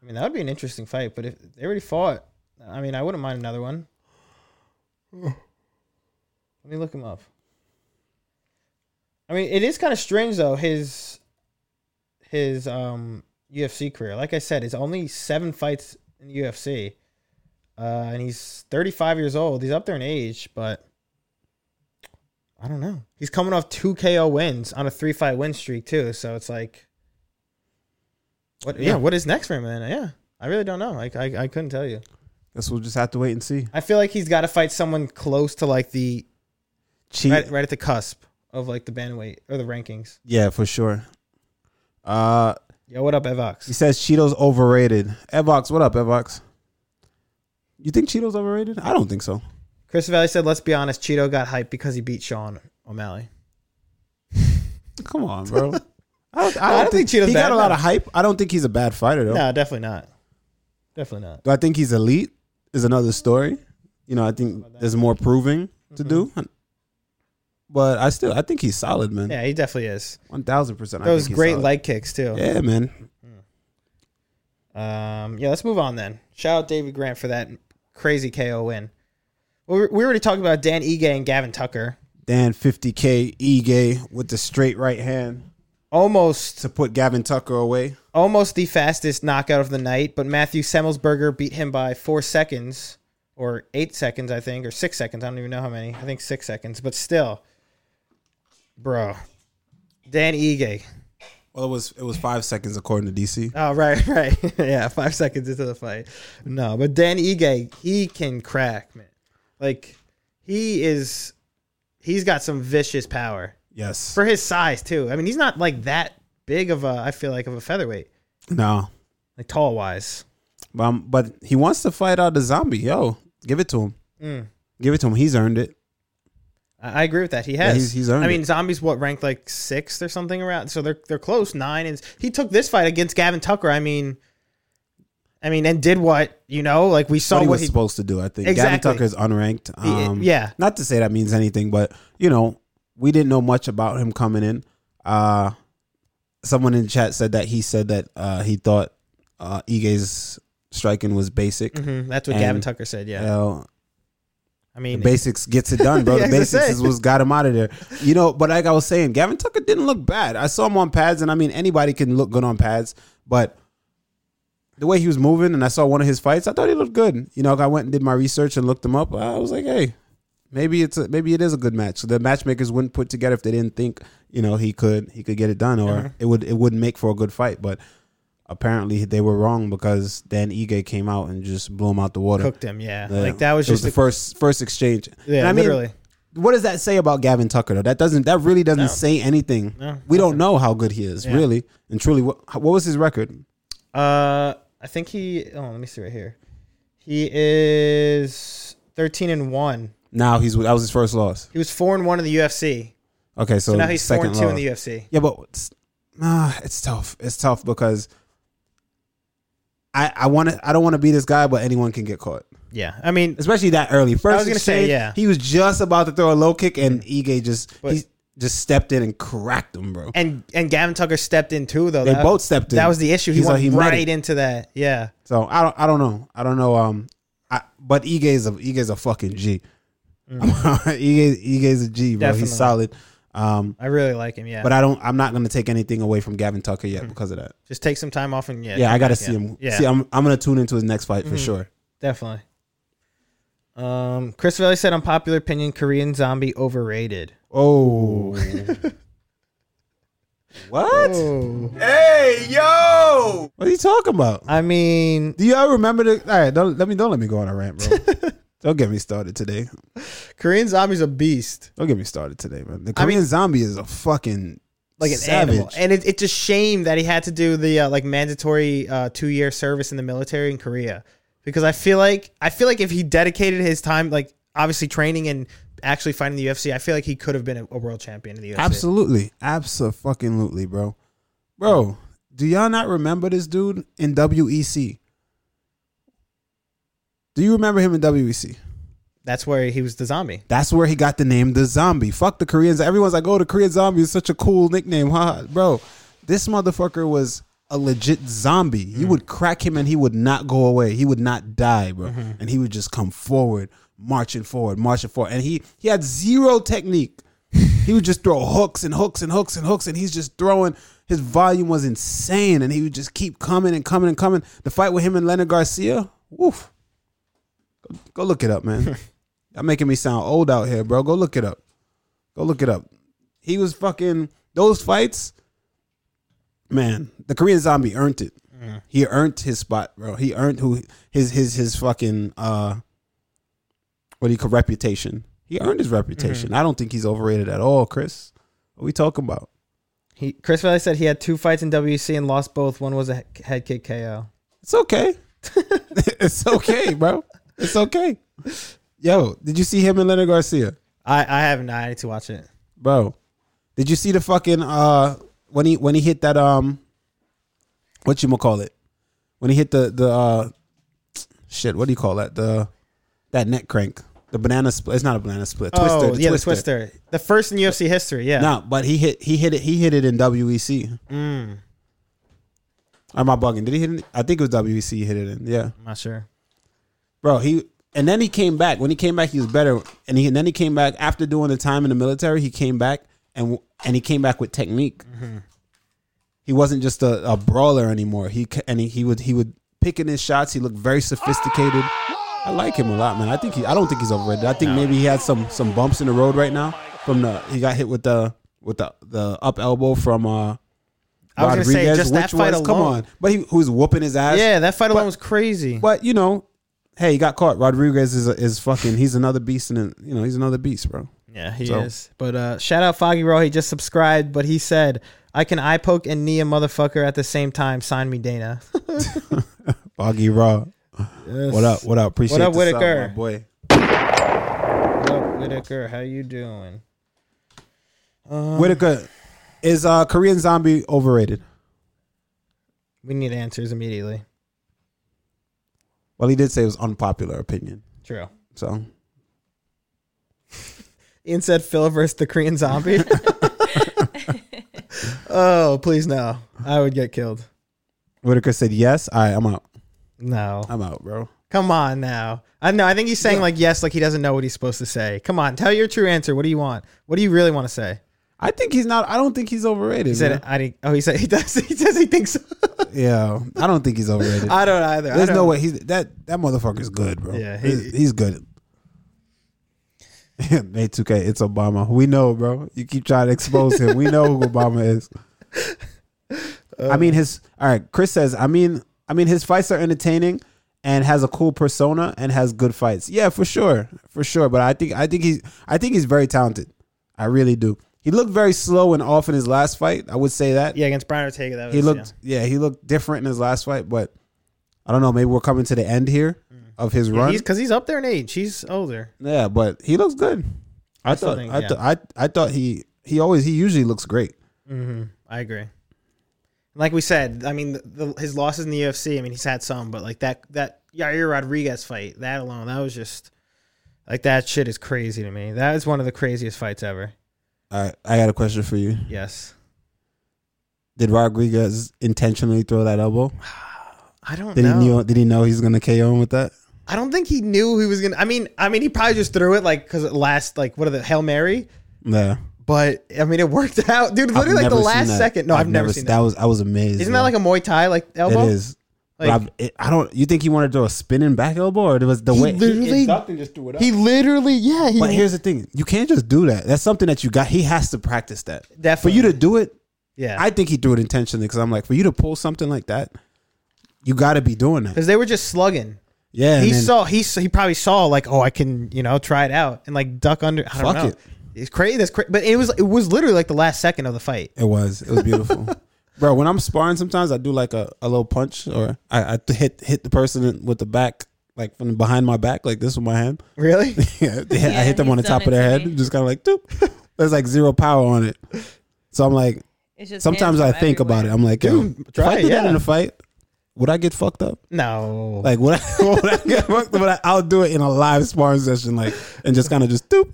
I mean, that would be an interesting fight, but if they already fought, I mean, I wouldn't mind another one. Let me look him up. I mean, it is kind of strange though. His his um UFC career, like I said, is only seven fights in the UFC, uh, and he's 35 years old. He's up there in age, but. I don't know. He's coming off two KO wins on a three fight win streak too. So it's like, what? Yeah, Yeah. what is next for him then? Yeah, I really don't know. Like I, I couldn't tell you. Guess we'll just have to wait and see. I feel like he's got to fight someone close to like the Cheat. right, right at the cusp of like the bandweight or the rankings. Yeah, for sure. Uh, Yo, what up, he Evox? says Cheetos overrated. Evox, what up, Evox? You think Cheetos overrated? I don't think so. Chris Valley said, "Let's be honest. Cheeto got hyped because he beat Sean O'Malley. Come on, bro. I don't, I I don't think, think Cheeto's he bad, got a lot no. of hype. I don't think he's a bad fighter though. No, definitely not. Definitely not. Do I think he's elite? Is another story. You know, I think there's more proving to do. But I still, I think he's solid, man. Mm-hmm. Yeah, he definitely is. One thousand percent. I Those think he's great solid. leg kicks too. Yeah, man. Um, yeah, let's move on then. Shout out David Grant for that crazy KO win. Well, we- we already talked about Dan Ige and Gavin Tucker. Dan fifty k Ige with the straight right hand Almost, to put Gavin Tucker away. almost the fastest knockout of the night, but Matthew Semmelsberger beat him by four seconds or eight seconds, I think, or six seconds. I don't even know how many. I think six seconds, but still, bro, Dan Ige. Well, it was it was five seconds according to DC. Oh, right, right, yeah, five seconds into the fight. No, but Dan Ige, he can crack, man. Like he is, he's got some vicious power Yes. for his size too. I mean, he's not like that big of a. I feel like of a featherweight, No, like tall wise. but um, but he Mm. wants to fight out the zombie. Yo, give it to him. Give it to him. He's earned it. I I agree with that. He has. he's- he's earned I mean, it. zombies what ranked like sixth or something around, so they're they're close nine. And he took this fight against Gavin Tucker. I mean, I mean, and did what you know? Like we saw what he what was he. supposed to do. I think Exactly. Gavin Tucker is unranked. He- Um, yeah. not to say that means anything, but you know, we didn't know much about him coming in. Uh, someone in the chat said that he said that uh, he thought uh, Ige's striking was basic. Mhm, that's what And- Gavin Tucker said. Yeah, Well, I the mean, basics gets it done, bro. Yeah, the I was gonna basics say. is what's got him out of there. You know, but like I was saying, Gavin Tucker didn't look bad. I saw him on pads, and I mean anybody can look good on pads, but the way he was moving, and I saw one of his fights, I thought he looked good. You know, I went and did my research and looked him up. I was like, hey, maybe it's a, maybe it is a good match. The matchmakers wouldn't put together if they didn't think you know he could he could get it done, or Uh-huh. it would it wouldn't make for a good fight, but. Apparently they were wrong because then Ige came out and just blew him out the water. cooked him. Yeah, Yeah. like that was It just the a- first first exchange. Yeah, And I mean, literally. What does that say about Gavin Tucker though? That doesn't that really doesn't say anything. we don't know how good he is, really and truly. What what was his record? Uh, I think he. Oh, let me see right here. He is thirteen and one. Now he's that was his first loss. He was four and one in the UFC. Okay, so, So now he's four second and two in loss. the UFC. Yeah, but it's, ah, it's tough. It's tough because I I want to I don't want to be this guy, but anyone can get caught, Yeah, I mean, especially that early. First, gonna say, exchange, yeah. he was just about to throw a low kick, and Ige just But- he just stepped in and cracked him, bro. and and Gavin Tucker stepped in too, though. They that, both stepped in. That was the issue. He He's went like, he met right it. into that. Yeah, So I don't I don't know. I don't know. Um I but Ige's a Ige's a fucking G. Mm. Ige Ige's a G, bro. Definitely. He's solid. Um I really like him. Yeah, but I don't I'm not gonna take anything away from Gavin Tucker yet because of that. just take some time off and yeah, Yeah, Mm. come Mm. I gotta back, see yeah. him. Yeah, See, I'm I'm gonna tune into his next fight for sure. definitely. Um, Chris Valley said, "Unpopular opinion: Korean zombie overrated." Oh What? Oh, What are you talking about? I mean, Do y'all remember the all right, don't let me don't let me go on a rant, bro. don't get me started today. Korean zombie's a beast. Don't get me started today, man. The I mean- Korean zombie is a fucking like an savage. animal. And it, it's a shame that he had to do the uh, like mandatory uh, two year service in the military in Korea because I feel like I feel like if he dedicated his time like obviously training and actually fighting the UFC, I feel like he could have been a, a world champion in the UFC. Absolutely. Absolutely, bro. Bro, do y'all not remember this dude in WEC? Do you remember him in E WEC? That's where he was the zombie. That's where he got the name the zombie. Fuck the Koreans. Everyone's like, oh, the Korean zombie is such a cool nickname. Huh? Bro, this motherfucker was a legit zombie. You would crack him and he would not go away. He would not die, bro. And he would just come forward, marching forward, marching forward. And he he had zero technique. he would just throw hooks and hooks and hooks and hooks, and he's just throwing. His volume was insane, and he would just keep coming and coming and coming. The fight with him and Leonard Garcia, woof. Go, go look it up, man. Y'all making me sound old out here, bro. Go look it up. Go look it up. He was fucking those fights. Man, the Korean zombie earned it. He earned his spot, bro. He earned who his his his fucking uh what do you call reputation. He earned his reputation. I don't think he's overrated at all, Chris. What we talking about? He Chris Valley said he had two fights in WC and lost both. One was a he- head kick KO. It's okay. it's okay, bro. It's okay. Yo, did you see him and Leonard Garcia? I I haven't. I need to watch it. bro. Did you see the fucking uh when he when he hit that um what you call it when he hit the the uh shit what do you call that the that neck crank the banana split it's not a banana split twister oh the yeah, twister. the twister, the first in UFC history. Yeah, no but he hit he hit it he hit it in WEC am I bugging did he hit it in- I think it was WEC he hit it in yeah I'm not sure. bro he and then he came back when he came back he was better and, he, and then he came back after doing the time in the military he came back and and he came back with technique Mm-hmm. he wasn't just a, a brawler anymore he ca- and he, he would he would pick in his shots he looked very sophisticated i like him a lot man i think he i don't think he's overrated i think maybe he had some some bumps in the road right now from the he got hit with the with the the up elbow from uh I was gonna say, Rodriguez, just that which fight was- come alone. on but he who's whooping his ass Yeah, that fight alone was crazy. but you know, hey, he got caught. Rodriguez is is fucking. He's another beast, and you know he's another beast, bro. Yeah, he So- is. But uh, shout out Foggy Raw. He just subscribed, but he said, I can eye poke and knee a motherfucker at the same time. Sign me, Dana. Foggy Raw. What up? What up? Appreciate What up, the sub, Whitaker? my boy. What up, Whitaker, how you doing? Uh, Whitaker, is uh, Korean Zombie overrated? We need answers immediately. Well, he did say it was unpopular opinion. True. So Ian said Phil versus the Korean zombie. oh, please no. I would get killed. Whitaker said yes. All right, I'm out. No. I'm out, bro. Come on now. I know. I think he's saying like yes, like he doesn't know what he's supposed to say. Come on, tell your true answer. What do you want? What do you really want to say? I think he's not. I don't think he's overrated. He said man. I didn't. Oh, he said he does. He says he thinks. So. Yeah, I don't think he's overrated. I don't either. I There's no don't- way he's that that motherfucker's good, bro. Yeah, he- he's, he's good. Nate 2K, it's Obama. We know, bro. You keep trying to expose him. We know who Obama is. I mean his all right, Chris says, I mean I mean his fights are entertaining and has a cool persona and has good fights. Yeah, for sure. For sure. But I think I think he's I think he's very talented. I really do. He looked very slow and off in his last fight. I would say that Yeah, against Brian Ortega, that was. he looked yeah. he looked different in his last fight but i don't know maybe we're coming to the end here of his yeah. run because he's up there in age. He's older. yeah but he looks good i, still thought think, I, yeah. thought I, I thought he he always he usually looks great I agree. Like we said, I mean, the, his losses in the UFC. I mean, he's had some, but like that that Yair Rodriguez fight, that alone, that was just like that shit is crazy to me. That is one of the craziest fights ever. all right i got a question for you Yes, did rodriguez intentionally throw that elbow I don't did know. he know did he know he's gonna ko him with that I don't think he knew he was gonna. I mean, I mean, he probably just threw it like because last like what are the hail mary? yeah But I mean, it worked out, dude. I've Literally, like never the seen last that. second. No, I've, never, seen that. was i was amazed Isn't that like a Muay Thai like elbow? it is But Like- I've- it- I don't. You think he wanted to do a spinning back elbow, or it was the He way literally- ducked and just threw it up? He literally, yeah. He, But here's the thing: you can't just do that. That's something that you got. He has to practice that. For Definitely. you to do it, yeah, I think he threw it intentionally because I'm like, for you to pull something like that, you got to be doing that. because they were just slugging. Yeah, and he then- saw he saw- he probably saw like oh I can you know try it out and like duck under. I don't Fuck know. it. It's crazy. That's crazy. But it was it was literally like the last second of the fight. It was. It was beautiful. Bro, when I'm sparring, sometimes I do like a, a little punch or I, I th- hit hit the person in- with the back, like from behind my back, like this with my hand. Really? yeah, I hit them on the he's done top of it their to head, me. just kind of like, doop. There's like zero power on it. So I'm like, It's just sometimes I hands think everywhere. about it. I'm like, yo, Dude, if try I it, did that yeah. in a fight, would I get fucked up? No. Like, would I, would I get fucked up? But I, I'll do it in a live sparring session, like, and just kind of just doop,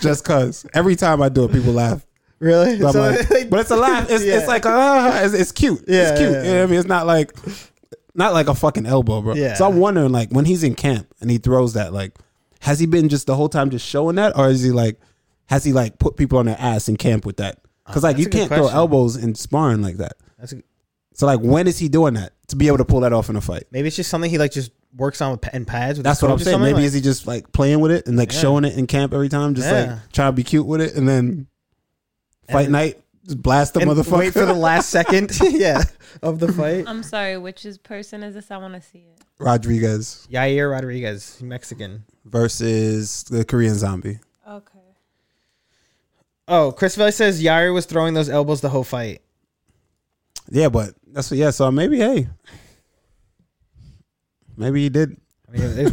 just cause. Every time I do it, people laugh. really? But, I'm So like- they- but it's a laugh. It's, Yeah. it's like, ah, it's, it's cute. Yeah, it's cute. yeah, You know what I mean? It's not like, not like a fucking elbow, bro. Yeah. So I'm wondering, like, when he's in camp and he throws that, like, has he been just the whole time just showing that, or is he like, has he like put people on their ass in camp with that? Because like That's you a good can't throw question. elbows in sparring like that. That's a- So like, when is he doing that to be able to pull that off in a fight? maybe it's just something he like just works on with pa- and pads. With That's his what I'm coach or saying. something, Maybe like- is he just like playing with it and like Yeah. showing it in camp every time, just Yeah. like trying to be cute with it, and then fight then- night, just blast the and motherfucker. wait for the last second. yeah, of the fight. I'm sorry, which is person is this? I want to see it. Rodriguez Yair Rodriguez, Mexican. versus the Korean Zombie. Okay. Oh, Chris Valley says Yair was throwing those elbows the whole fight. Yeah, but that's what. Yeah, so maybe hey, maybe he did. I mean, it was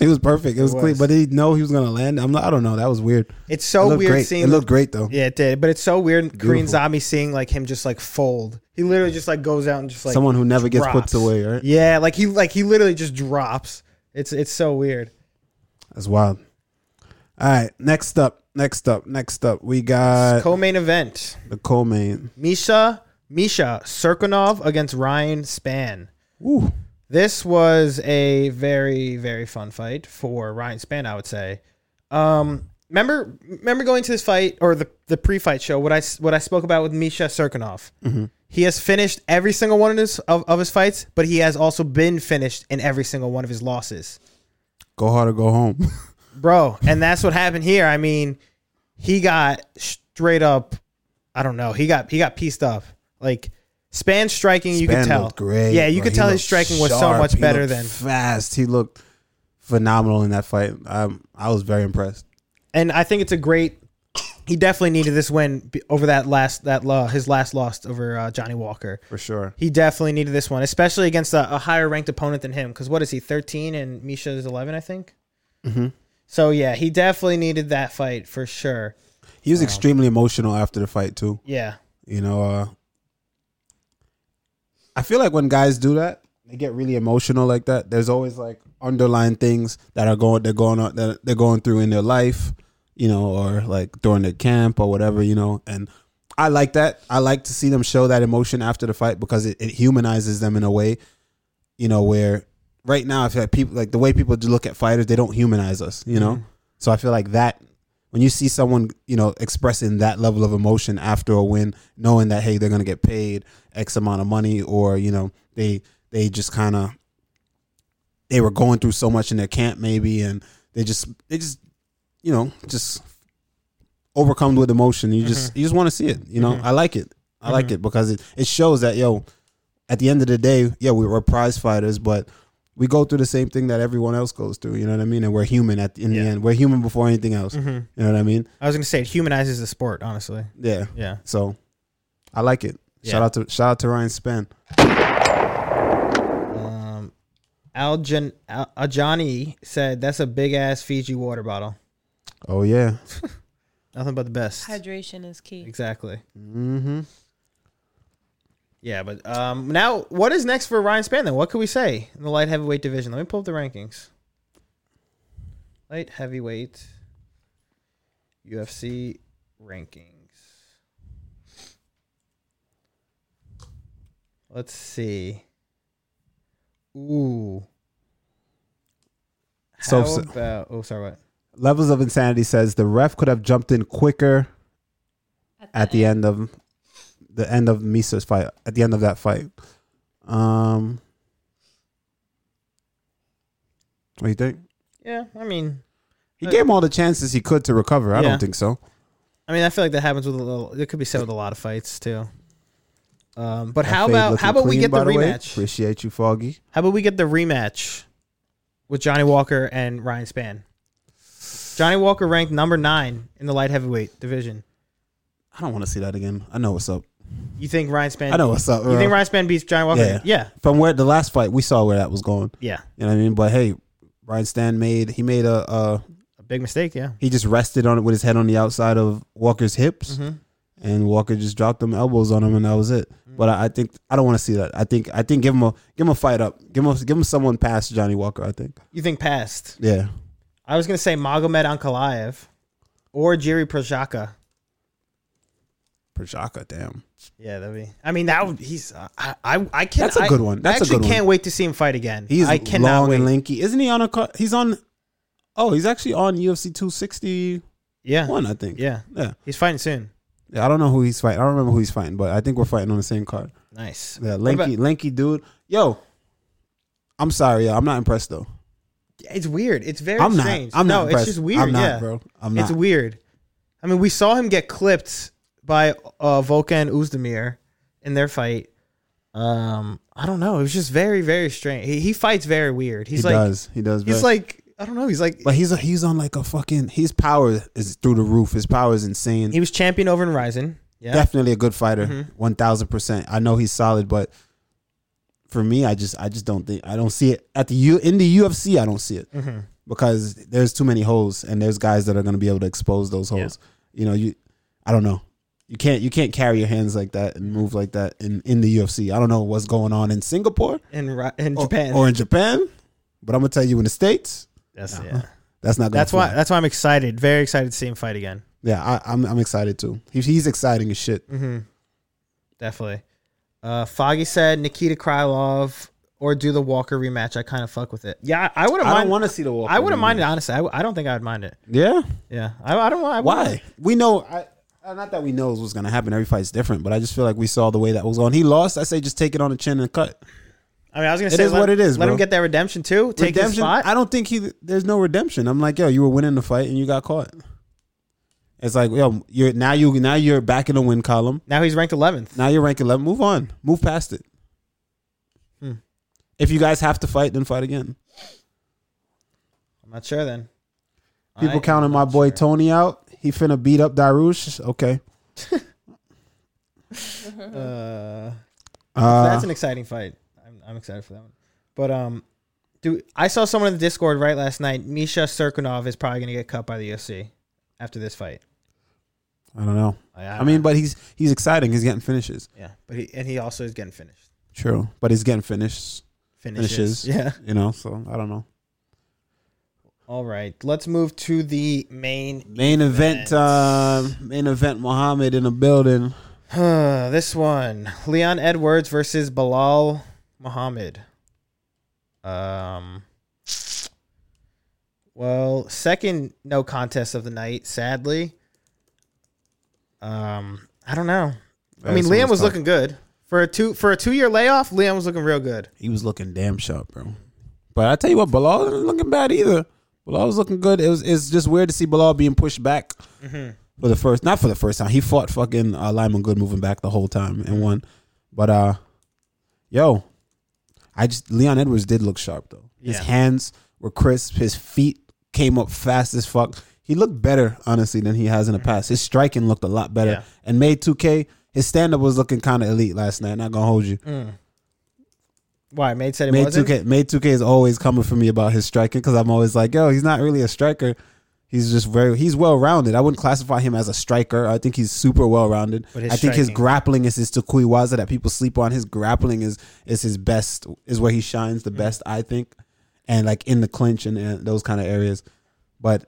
It was perfect. It was, clean, was. but did he know he was gonna land? I'm not. I don't know. That was weird. It's it so looked weird great. seeing It looked great though. Yeah, it did. But it's so weird Korean Beautiful. Zombie seeing like him just like fold. He literally just like goes out and just like Someone who never gets drops. put away, right? Yeah, like he like he literally just drops. It's it's so weird. That's wild. All right, next up, next up, next up, we got Co-main event. the co-main. Misha Misha Serkinov against Ryan Span. Ooh. This was a very very fun fight for Ryan Span, I would say. Um remember remember going to this fight or the the pre-fight show what I s- what I spoke about with Misha Serkinov. Mm-hmm. He has finished every single one of his of, of his fights, but he has also been finished in every single one of his losses. Go hard or go home. Bro, and that's what happened here. I mean, he got straight up I don't know. He got he got pieced up. Like Span striking, you Span could tell. looked great. yeah, you bro. could He tell his looked striking was so sharp. much He better looked than fast. He looked phenomenal in that fight. Um, I was very impressed. and I think it's a great. He definitely needed this win b- over that last that law his last loss over uh, Johnny Walker. For sure. He definitely needed this one, especially against a, a higher ranked opponent than him. Because what is he, thirteen, and Misha is eleven, I think. So yeah, he definitely needed that fight for sure. He was extremely emotional after the fight too. Yeah. You know, uh, I feel like when guys do that, they get really emotional like that. There's always like underlying things that are going they're going on that they're going through in their life, you know, or like during the camp or whatever, you know. And I like that. I like to see them show that emotion after the fight because it, it humanizes them in a way, you know, where right now I feel like people like the way people do look at fighters, they don't humanize us, you know. So I feel like that when you see someone you know expressing that level of emotion after a win knowing that hey they're going to get paid x amount of money or you know they they just kind of they were going through so much in their camp maybe and they just they just you know just overcome with emotion you just you just want to see it you know i like it i like it because it, it shows that yo at the end of the day yeah we were prize fighters but we go through the same thing that everyone else goes through you know what i mean and we're human at in the end we're human before anything else Mm-hmm. you know what i mean I was gonna say it humanizes the sport, honestly. yeah Yeah. so i like it shout Yeah. out to shout out to ryan span Um, Aljan Al- Ajani said that's a big ass Fiji water bottle. oh yeah Nothing but the best. Hydration is key. Exactly. mm-hmm Yeah, but um, now what is next for Ryan Span? Then what could we say in the light heavyweight division? Let me pull up the rankings. Light heavyweight UFC rankings. Let's see. Ooh. So- How so- about oh sorry what? levels of insanity says the ref could have jumped in quicker at the end of the end of Misa's fight, at the end of that fight. Um, what do you think? Yeah, I mean, He gave him all the chances he could to recover. I Uh, Yeah. don't think so. I mean, I feel like that happens with a little. It could be said with a lot of fights too. Um, but That how fade about looking how about we clean, get the by way. rematch? Appreciate you, Foggy. How about we get the rematch with Johnny Walker and Ryan Span? Johnny Walker ranked number nine in the light heavyweight division. I don't want to see that again. I know what's up. You think Ryan Span? I know what's up. You think bro. Ryan Span beats Johnny Walker? Yeah. yeah, From where the last fight, we saw where that was going. yeah. You know what I mean? But hey, Ryan Stan made he made a uh A big mistake. Yeah, he just rested on it with his head on the outside of Walker's hips, Mm-hmm. and Walker just dropped them elbows on him, and that was it. Mm-hmm. But I, I think I don't want to see that. I think I think give him a give him a fight up, give him a, give him someone past Johnny Walker. I think you think passed? yeah, I was gonna say Magomed Ankalaev or Jerry Prajaka. Prajaka, damn, Yeah, that'd be. I mean, that would, he's. I, I I can. That's a I- good one. That's a I actually good one. can't wait to see him fight again. he's I cannot long wait. and lanky. Isn't he on a car? He's on. Oh, he's actually on UFC two sixty Yeah, one. I think. yeah. yeah, He's fighting soon. yeah. I don't know who he's fighting. I don't remember who he's fighting, but I think we're fighting on the same card. Nice. Yeah, What about- lanky, lanky dude. Yo, I'm sorry, yo. I'm not impressed though. It's weird. It's very I'm not. strange. I'm not. no, impressed. it's just weird. I'm not, yeah, bro. I'm not. it's weird. I mean, we saw him get clipped by uh, Volka and Uzdemir in their fight. Um, I don't know. It was just very, very strange. He, he fights very weird. He's he like, does. He does. he's bro. like, I don't know. He's like, but he's a, he's on like a fucking. His power is through the roof. His power is insane. he was champion over in Ryzen. Yeah, Mm-hmm. Definitely a good fighter. One thousand percent. I know he's solid, but for me, I just I just don't think I don't see it at the U in the UFC. I don't see it Mm-hmm. because there's too many holes, and there's guys that are going to be able to expose those holes. You know, you I don't know. You can't you can't carry your hands like that and move like that in in the UFC. I don't know what's going on in Singapore in Ri- in or- Japan. Oh, or in Japan, but I'm gonna tell you in the states. that's yeah. That's not. Gonna That's why. fly. That's why I'm excited. Very excited to see him fight again. Yeah, I, I'm. I'm excited too. He's, he's exciting as shit. Mm-hmm. Definitely. Uh, Foggy said Nikita Krylov or do the Walker rematch. I kind of fuck with it. Yeah, I wouldn't I mind. don't want to see the Walker. I wouldn't movie. mind it honestly. I, w- I don't think I would mind it. Yeah. Yeah, I, I don't want. I Why? wouldn't- We know. I, uh, not that we know what's gonna happen. Every fight's different, but I just feel like we saw the way that was going. He lost. I say just take it on the chin and cut. I mean, I was gonna It say is let, what it is, Let bro. him get that redemption too. Take his redemption. spot. I don't think he. There's no redemption. I'm like, yo, you were winning the fight and you got caught. It's like, yo, you're now you now you're back in the win column. now he's ranked 11th. Now you're rank 11. Move on. Move past it. Hmm. If you guys have to fight, then fight again. I'm not sure then. I People am counting my not boy sure. Tony out. He finna beat up Darush. Okay. Uh, Uh, uh. that's an exciting fight. I'm, I'm excited for that one. But um, Do I saw someone in the Discord right last night? Misha Serkinov is probably gonna get cut by the UFC after this fight. I don't know. I, I mean, but he's he's exciting. He's getting finishes. yeah, but he and he also is getting finished. True, but he's getting finished. Finishes. Finishes. Yeah. You know, so I don't know. All right. Let's move to the main. Main event time. main event. Muhammad in the building. this one: Leon Edwards versus Bilal Muhammad. Um. Well, second no contest of the night. Sadly. Um. I don't know. I Yeah, mean, this one Leon was tough. looking good for a two for a two year layoff. Leon was looking real good. He was looking damn sharp, bro. But I tell you what, Bilal wasn't looking bad either. Bilal was looking good. It was it's just weird to see Bilal being pushed back Mm-hmm. for the first, not for the first time. He fought fucking uh, Lyman Good moving back the whole time and won. But uh, yo, I just Leon Edwards did look sharp though. His Yeah. hands were crisp. His feet came up fast as fuck. He looked better honestly than he has in the past. His striking looked a lot better Mm-hmm. Yeah. and made 2K. His stand up was looking kind of elite last night. Not gonna hold you. Why? Maid said it Made two wasn't. K. Made two K is always coming for me about his striking because I'm always like, yo, he's not really a striker. He's just very he's well rounded. I wouldn't classify him as a striker. I think he's super well rounded. I But his think his striking- grappling is his Takuiwaza that people sleep on. His grappling is is his best is where he shines the Mm. best, I think. And like in the clinch and, and those kind of areas. But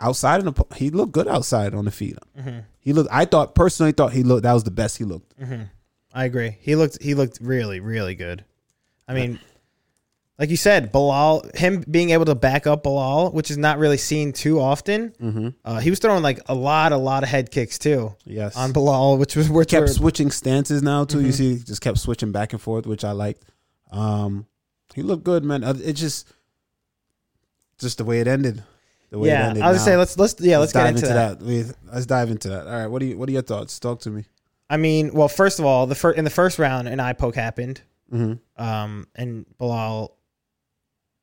outside in the he looked good outside on the feet. Mm-hmm. He looked I thought personally thought he looked that was the best he looked. I agree. He looked he looked really really good. I mean, like you said, Bilal, him being able to back up Bilal, which is not really seen too often. Mm-hmm. Uh, he was throwing like a lot a lot of head kicks too Yes. on Bilal, which was which kept were- switching stances now too. You Mm-hmm. see, just kept switching back and forth, which I liked. Um, he looked good, man. Uh, It just, just the way it ended. The way yeah. I was gonna say let's let's yeah let's, get into, that. We- Let's dive into that. All right, what do you what are your thoughts? Talk to me. I mean, well, first of all, the fir- in the first round, an eye poke happened, um, and Bilal,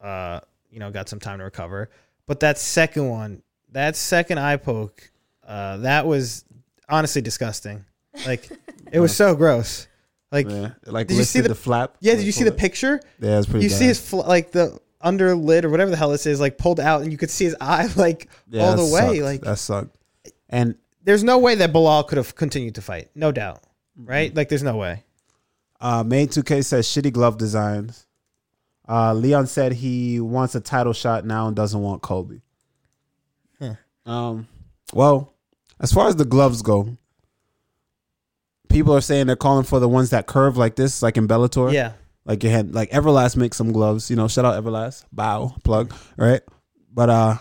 uh, you know, got some time to recover. But that second one, that second eye poke, uh, that was honestly disgusting. Like, it was so gross. Like, yeah, Yeah, like Did you see lifted the- flap? did you see the picture? Yeah, it's pretty. You bad. see his fl- like the underlid or whatever the hell this is, like pulled out, and you could see his eye like Yeah, all that the way. sucked. Like, that sucked. And there's no way that Bilal could have continued to fight, no doubt, right? Like, there's no way. Uh, Main 2K says shitty glove designs. Uh, Leon said he wants a title shot now and doesn't want Kobe. Um, well, as far as the gloves go, people are saying they're calling for the ones that curve like this, like in Bellator. Yeah. Like you had like Everlast makes some gloves, you know, shout out Everlast. Bow plug. Right. But uh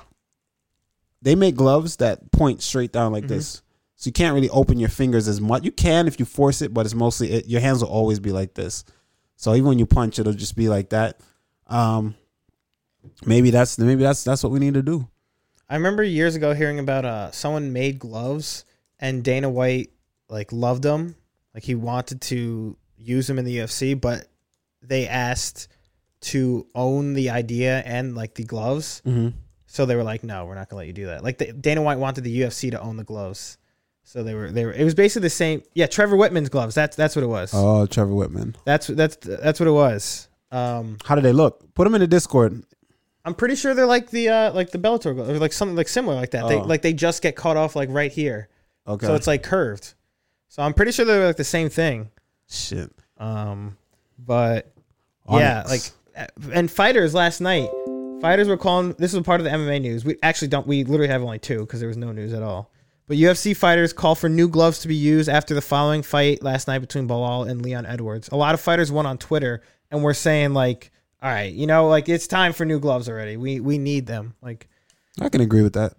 they make gloves that point straight down Mm-hmm. like this. So you can't really open your fingers as much. You can if you force it, but it's mostly it, your hands will always be like this. So even when you punch, it'll just be like that. Um maybe that's maybe that's that's what we need to do. I remember years ago hearing about uh someone made gloves and Dana White like loved them, like he wanted to use them in the UFC, but they asked to own the idea and like the gloves. Mhm. So they were like, "No, we're not gonna let you do that." Like the, Dana White wanted the UFC to own the gloves, so they were they were. It was basically the same. Yeah, Trevor Whitman's gloves. That's that's what it was. Oh, Trevor Whitman. That's that's that's what it was. Um, How do they look? Put them in the Discord. I'm pretty sure they're like the uh like the Bellator gloves, or like something like similar like that. They Oh. like they just get caught off like right here. Okay. So it's like curved. So I'm pretty sure they're like the same thing. shit. Um, but yeah, like Onyx. and fighters last night, fighters were calling. This was part of the MMA news. We actually don't. We literally have only two because there was no news at all. But UFC fighters call for new gloves to be used after the following fight last night between Balal and Leon Edwards. A lot of fighters went on Twitter and were saying like, "All right, you know, like it's time for new gloves already. We we need them." Like, I can agree with that.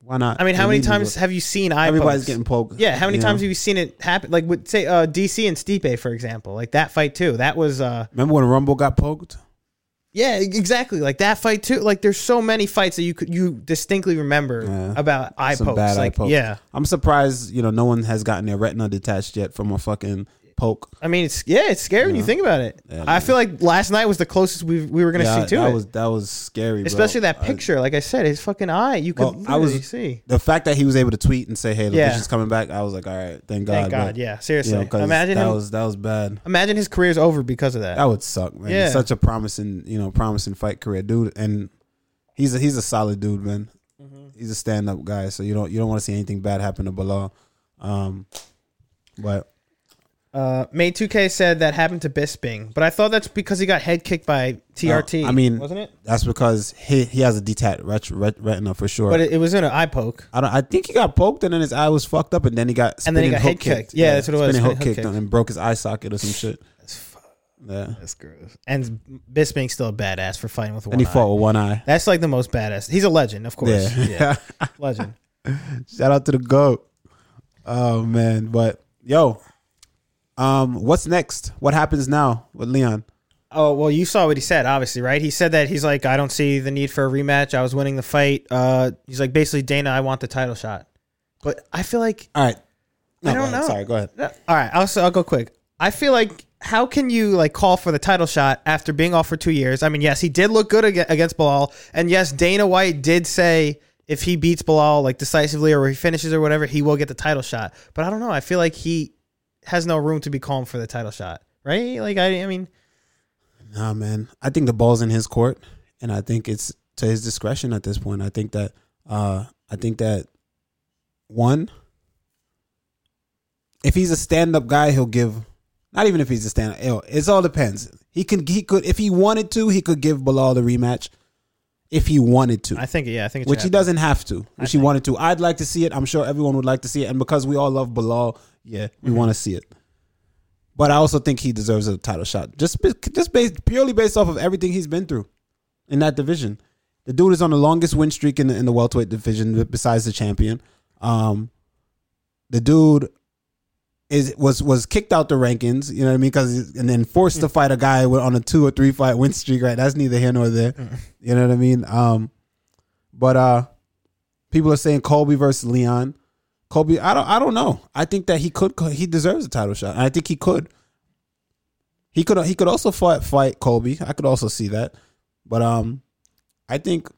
Why not? I mean, how They many need to times look- have you seen eye everybody's pokes? getting poked? Yeah, how many you know? times have you seen it happen? Like with say uh, DC and Stipe, for example, like that fight too. That was uh, Remember when Rumble got poked? yeah, e- exactly. Like that fight too. Like there's so many fights that you could you distinctly remember Yeah. about eye pokes. like yeah, I'm surprised you know no one has gotten their retina detached yet from a fucking poke. I mean, it's yeah, it's scary when you think about it. Yeah, I man. feel like last night was the closest we we were gonna yeah, see to that it. was that was scary. bro. Especially that I- picture, like I said, his fucking eye. You could Well, I was- literally see. the fact that he was able to tweet and say, "Hey, the Yeah. vision's coming back," I was like, "All right, thank God." Thank God. but, yeah, you seriously. know, 'cause imagine that him, was that was bad. imagine his career's over because of that. That would suck, man. Yeah. He's such a promising, you know, promising fight career dude, and he's a, he's a solid dude, man. Mm-hmm. He's a stand up guy, so you don't you don't want to see anything bad happen to Bilal. Um, but Uh, May 2K said that happened to Bisping, but I thought that's because he got head kicked by TRT. Uh, Oh, I mean, wasn't it? that's because he he has a detached ret- ret- retina for sure. But it, it was in an eye poke. I don't. I think he got poked and then his eye was fucked up and then he got And then he spinning got hook head kicked. Yeah, that's what it was, Spinning spinning hook hook kicked kick. and broke his eye socket or some shit. Yeah. That's gross. And Bisping's still a badass for fighting with one And he eye. fought with one eye. That's like the most badass. He's a legend, of course. Yeah. Yeah, legend. Shout out to the goat. Oh man, but yo, um, what's next? What happens now with Leon? Oh well, you saw what he said, obviously, right? He said that he's like, I don't see the need for a rematch. I was winning the fight. Uh, he's like, basically, Dana, I want the title shot. But I feel like All right. No, I go don't ahead. know. Sorry, go ahead. No, All right, I'll, so I'll go quick. I feel like how can you like call for the title shot after being off for two years? I mean, yes, he did look good ag- against Bilal, and yes, Dana White did say if he beats Bilal like decisively or he finishes or whatever, he will get the title shot. But I don't know. I feel like he has no room to be calm for the title shot, right? Like I, I mean, Nah, man. I think the ball's in his court, and I think it's to his discretion at this point. I think that, uh, I think that one, if he's a stand-up guy, he'll give. Not even if he's a stand-up. Yo, It all depends. He can. He could. If he wanted to, he could give Bilal the rematch. If he wanted to, I think yeah, I think it which he should doesn't have to, which he wanted to. I'd like to see it. I'm sure everyone would like to see it, and because we all love Bilal, yeah, we want to see it. But I also think he deserves a title shot, just be- just based purely based off of everything he's been through in that division. The dude is on the longest win streak in the, in the welterweight division, besides the champion. Um, the dude is was was kicked out the rankings. You know what I mean? Because and then forced to fight a guy with- on a two or three fight win streak. Right? That's neither here nor there. You know what I mean? Um, but uh, people are saying Colby versus Leon. Colby, I don't, I don't know. I think that he could, he deserves a title shot. And I think he could. He could, he could also fight fight Colby. I could also see that, but um, I think,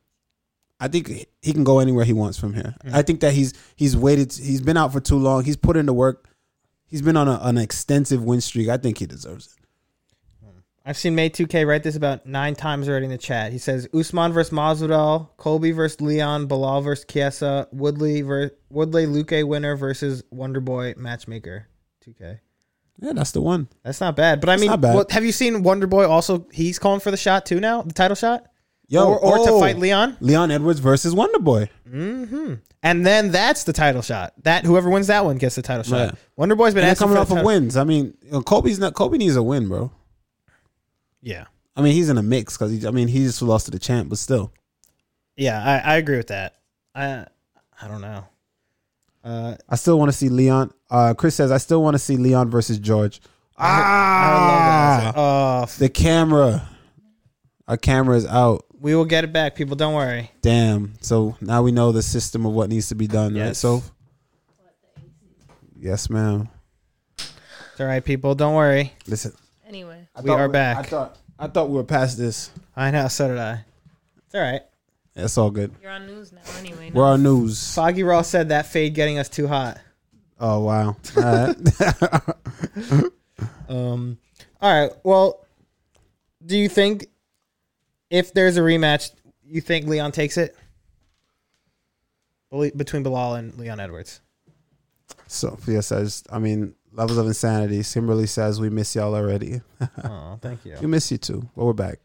I think he can go anywhere he wants from here. Mm-hmm. I think that he's he's waited, he's been out for too long. He's put in the work. He's been on a, an extensive win streak. I think he deserves it. I've seen May2K write this about nine times already in the chat. He says Usman versus Masvidal, Colby versus Leon, Bilal versus Kiesa, Woodley ver- Woodley Luque winner versus Wonder Boy matchmaker. 2K. Yeah, that's the one. That's not bad, but I mean, not bad. what, have you seen Wonder Boy also? He's calling for the shot too now, the title shot, or, or to oh, fight Leon, Leon Edwards versus Wonder Boy. and then that's the title shot. That whoever wins that one gets the title shot. Right. Wonder Boy's And been they're asking coming for off the of title- wins. I mean, you know, Kobe's not. Kobe needs a win, bro. Yeah, I mean, he's in a mix because I mean, he just lost to the champ, but still, yeah, I, I agree with that. I I don't know. Uh, I still want to see Leon. Uh, Chris says, I still want to see Leon versus George. I Ah, love that. Oh, f- the camera. Our camera is out. we will get it back, people. Don't worry. Damn. So now we know the system of what needs to be done, right? Yes. So, yes, ma'am. It's all right, people. Don't worry. Listen, Anyway, I We thought are back. I thought I thought we were past this. I know. So did I. It's all right. It's all good. you're on news now. Anyway, We're on news. Foggy Raw said that fade getting us too hot. Oh wow. All right. Um. All right. Well, do you think if there's a rematch, you think Leon takes it? Bel- Between Bilal and Leon Edwards. Sophia says, I mean, levels of insanity. Kimberly says, we miss y'all already. Oh, thank We you. miss you too, but we're back.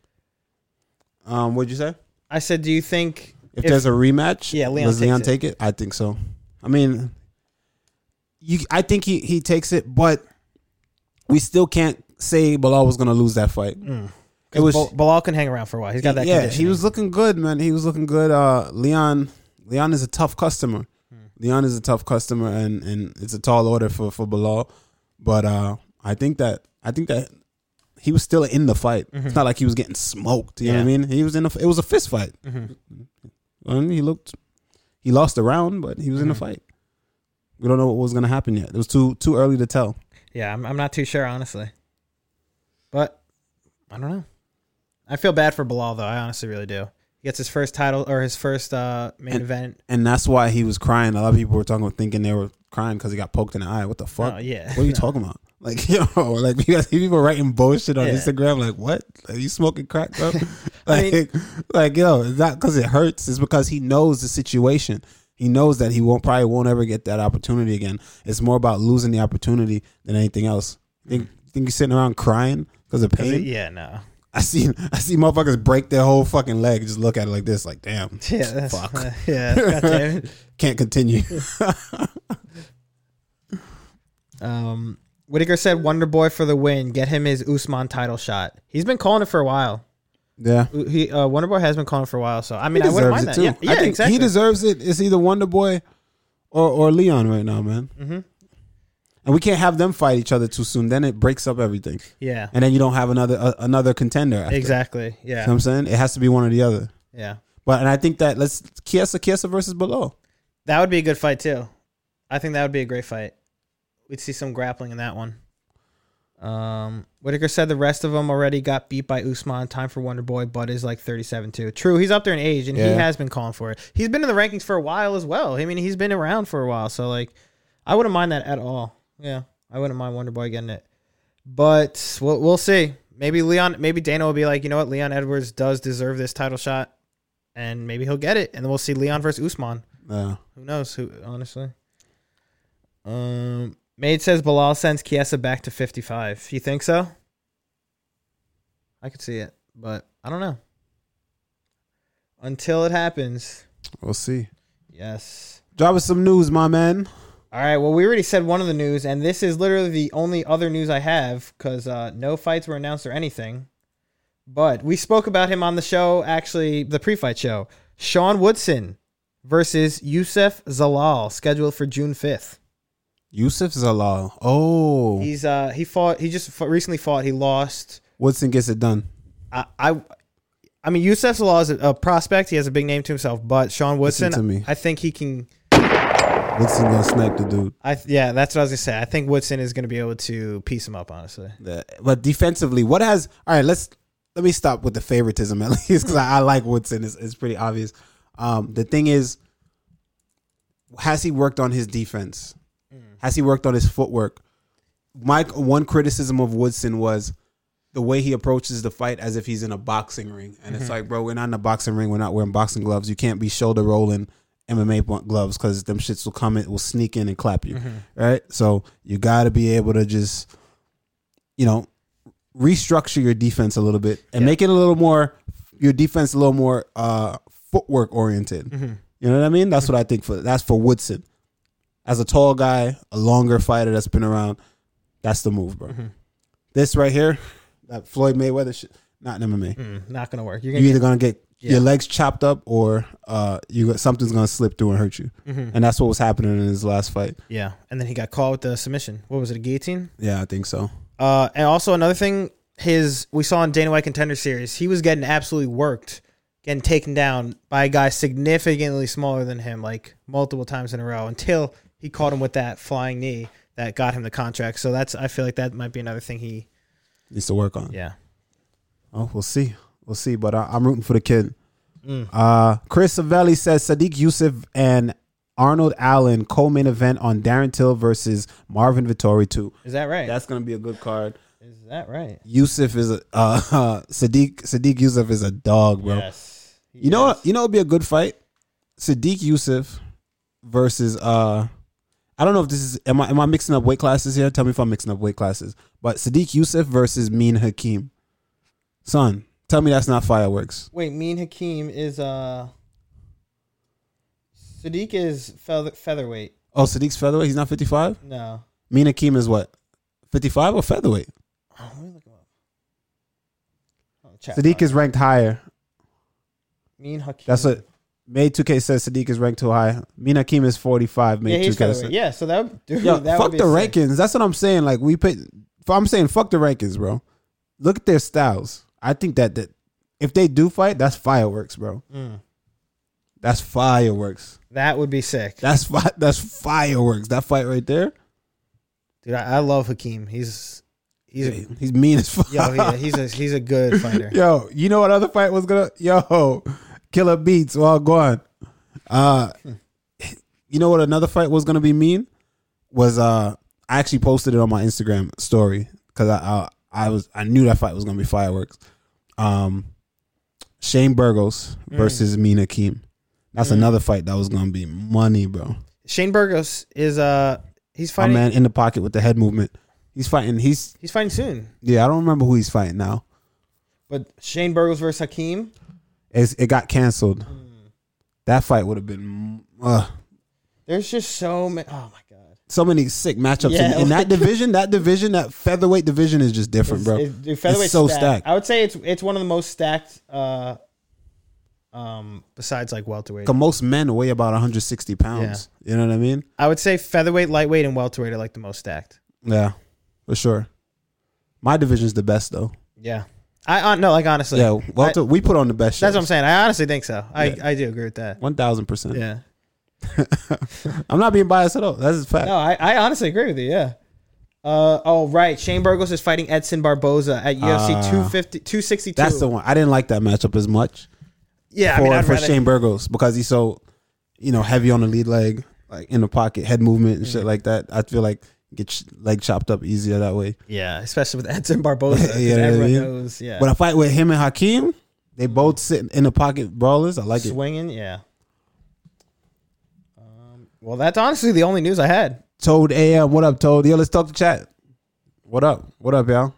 Um, what'd you say? I said, do you think If, there's a rematch, Yeah, Leon does takes Leon it. take it? I think so. I mean, you, I think he, he takes it, but we still can't say Bilal was going to lose that fight. Mm. It was Bal- Bilal can hang around for a while? He's got that. yeah, conditioning. he was looking good, man. He was looking good. Uh, Leon, Leon is a tough customer. Leon is a tough customer, and and it's a tall order for for Bilal. But uh, I think that I think that he was still in the fight. It's not like he was getting smoked. You know what I Yeah. mean? He was in a. It was a fist fight. And he looked. He lost a round, but he was in the fight. We don't know what was going to happen yet. It was too too early to tell. Yeah, I'm, I'm not too sure, honestly. But I don't know. I feel bad for Bilal, though. I honestly really do. He gets his first title or his first uh, main event. and that's why he was crying. A lot of people were talking, thinking they were crying because he got poked in the eye. What the fuck? Oh, yeah. What are you talking about? Like yo, like you guys, people writing bullshit on Yeah. Instagram. Like what? Are you smoking crack, bro? I like, mean- like yo, it's not because it hurts. It's because he knows the situation. He knows that he won't probably won't ever get that opportunity again. It's more about losing the opportunity than anything else. Think think you're sitting around crying because of Mm-hmm. 'Cause pain? he- yeah, no. I see I see motherfuckers break their whole fucking leg. Just look at it like this. Like damn, Yeah, that's, fuck yeah. God damn it. can't continue. Um, Whitaker said Wonder Boy for the win. Get him his Usman title shot. He's been calling it for a while. yeah. U- He uh, Wonder Boy has been calling it for a while. So I mean, He I wouldn't deserves mind it that. too. Yeah, yeah I think exactly. he deserves it. It's either Wonder Boy or or Leon right now, man. Mhm. And we can't have them fight each other too soon. Then it breaks up everything, yeah, and then you don't have another uh, another contender. After. exactly. Yeah, You know what I'm saying it has to be one or the other. yeah. But and I think that let's Kiesa Kiesa versus Below. That would be a good fight too. I think that would be a great fight. We'd see some grappling in that one. Um, Whitaker said the rest of them already got beat by Usman. Time for Wonder Boy, but is like 37 too. True, he's up there in age, and he Yeah. has been calling for it. He's been in the rankings for a while as well. I mean, he's been around for a while, so like, I wouldn't mind that at all. Yeah, I wouldn't mind Wonder Boy getting it, but we'll we'll see. Maybe Leon, maybe Dana will be like, you know what, Leon Edwards does deserve this title shot, and maybe he'll get it, and then we'll see Leon versus Usman. Uh, Who knows? Who honestly? Um, Maid says Bilal sends Kiesa back to fifty-five. You think so? I could see it, but I don't know. Until it happens, we'll see. yes. Drop us some news, my man. All right. Well, we already said one of the news, and this is literally the only other news I have because uh, no fights were announced or anything. But we spoke about him on the show, actually, the pre-fight show. Sean Woodson versus Yusef Zalal, scheduled for June fifth. Yusuf Zalal. Oh, He's uh he fought he just fought, recently fought he lost. Woodson gets it done. I I, I mean Yusef Law is a, a prospect. He has a big name to himself, but Sean Woodson, Listen to me. I think he can. Woodson gonna snipe the dude. I yeah, that's what I was gonna say. I think Woodson is gonna be able to piece him up. Honestly, The- but defensively, what has all right? Let's let me stop with the favoritism at least because I, I like Woodson. It's, it's pretty obvious. Um, the thing is, has he worked on his defense? Has he worked on his footwork? My one criticism of Woodson was the way he approaches the fight as if he's in a boxing ring, and it's like, bro, we're not in a boxing ring. We're not wearing boxing gloves. You can't be shoulder rolling MMA blunt gloves because them shits will come in, will sneak in and clap you, right? So you got to be able to just you know, restructure your defense a little bit and make it a little more your defense a little more uh footwork oriented. You know what I mean? That's what I think for that's for Woodson. As a tall guy, a longer fighter that's been around, that's the move, bro. This right here, that Floyd Mayweather shit, not in MMA. Mm, not gonna work. You're You're gonna either gonna get Yeah. your legs chopped up or uh you got something's gonna slip through and hurt you. And that's what was happening in his last fight. yeah, and then he got caught with the submission. What was it? A guillotine. Yeah, I think so. Uh, and also another thing, his we saw in Dana White Contender Series, he was getting absolutely worked, getting taken down by a guy significantly smaller than him, like multiple times in a row, until he caught him with that flying knee that got him the contract. So that's I feel like that might be another thing he Needs to work on. yeah. Oh, we'll see. We'll see. But I, I'm rooting for the kid. Uh, Chris Savelli says Sadiq Youssef and Arnold Allen co-main event on Darren Till versus Marvin Vittori too. Is that right? That's gonna be a good card. Is that right? Youssef is a uh, Sadiq Sadiq Youssef is a dog, bro. Yes. You know what? You know it'd be a good fight. Sadiq Youssef versus uh, I don't know if this is am I am I mixing up weight classes here? Tell me if I'm mixing up weight classes. But Sadiq Youssef versus Mean Hakeem. Son, tell me that's not fireworks. Wait, Mean Hakeem is uh Sadiq is feather, featherweight. Oh, Sadiq's featherweight. He's not 55. No. Mean Hakeem is what? 55 or featherweight? Oh, let me look him up. Oh, chat Sadiq box. is ranked higher. Mean Hakeem. That's what May 2K says. Sadiq is ranked too high. Mean Hakeem is 45. May yeah, he's 2K featherweight. says. Yeah, so that would, dude, Yo, that would fuck be the a sick- rankings. That's what I'm saying. Like we put. I'm saying fuck the rankings, bro. Look at their styles. I think that that if they do fight, that's fireworks, bro. Mm. That's fireworks. That would be sick. That's fi- that's fireworks. That fight right there. Dude, I, I love Hakeem. He's he's a, He's mean as fuck. yo, yeah, he's a he's a good fighter. Yo, you know what other fight was gonna yo killer beats well gone. Uh you know what another fight was gonna be mean? Was uh I actually posted it on my Instagram story because I, I I was I knew that fight was gonna be fireworks. Um Shane Burgos versus Mina Keem. That's another fight that was gonna be money, bro. Shane Burgos is uh he's My fighting man in the pocket with the head movement. He's fighting he's he's fighting soon. yeah, I don't remember who he's fighting now. But Shane Burgos versus Hakeem. It's, it got canceled. Mm. That fight would have been uh, There's just so many. Oh my god. so many sick matchups Yeah, in, in like- that division. That division, that featherweight division, is just different, bro. It- dude, featherweight's it's so stacked. I would say it's it's one of the most stacked. uh um, besides like welterweight, Like, most men weigh about 160 pounds. You know what I mean? I would say featherweight, lightweight, and welterweight are like the most stacked. Yeah, for sure. My division's the best though. Yeah, I uh, no, like honestly, yeah, welter, we put on the best. That's what I'm shows. saying. I honestly think so. I, Yeah. I do agree with that. One thousand percent. Yeah. I'm not being biased at all. That's a fact. No, I, I honestly agree with you. Yeah. Uh, oh, right. Shane Burgos is fighting Edson Barboza at UFC Ah. 250, 262. That's the one. I didn't like that matchup as much Yeah, for I mean, I'd for rather- Shane Burgos because he's so, you know, heavy on the lead leg, like in the pocket, head movement and Mm. shit like that. I feel like get ch- leg chopped up easier that way. Yeah, especially with Edson Barboza. 'cause Yeah, everyone yeah. knows. Yeah. But I fight with him and Hakeem. They both sit in the pocket brawlers. I like it. Swinging. Yeah. Um, well, that's honestly the only news I had. Toad AM, what up, Toad? Yo, let's talk to chat. What up? What up, y'all?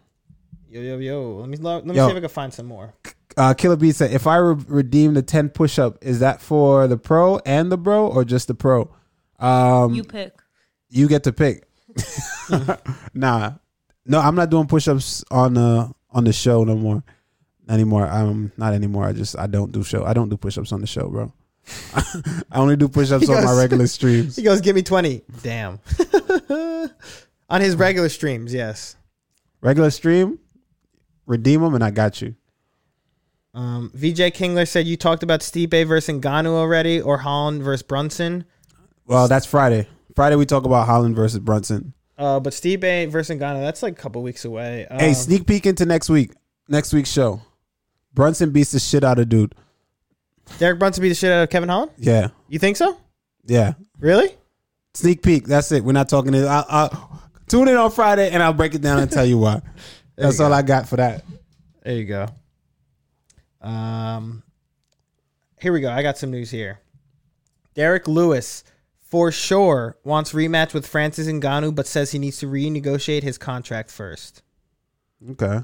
Yo, yo, yo. Let me lo- let me Yo. see if I can find some more. Uh, Killer B said, if I re- redeem the 10 push up, is that for the pro and the bro or just the pro? Um, You you, pick. get to pick. nah. No, I'm not doing push ups on uh on the show no more. Anymore. Um not anymore. I just I don't do show. I don't do push ups on the show, bro. I only do push ups He on my goes- regular streams. He goes, "Give me 20. Damn. On his regular streams, yes. regular stream, redeem them, and I got you. Um, VJ Kingler said you talked about Stipe versus Ngannou already, or Holland versus Brunson. Well, that's Friday. Friday we talk about Holland versus Brunson. Uh, but Stipe versus Ngannou, that's like a couple weeks away. Um, hey, sneak peek into next week. Next week's show. Brunson beats the shit out of dude. Derek Brunson beat the shit out of Kevin Holland. Yeah, You think so? yeah. Really? Sneak peek. That's it. We're not talking to. I, I, tune in on Friday, and I'll break it down and tell you why. That's all I got for that. There you go. Um, here we go. I got some news here. Derek Lewis for sure wants rematch with Francis Ngannou, but says he needs to renegotiate his contract first. Okay.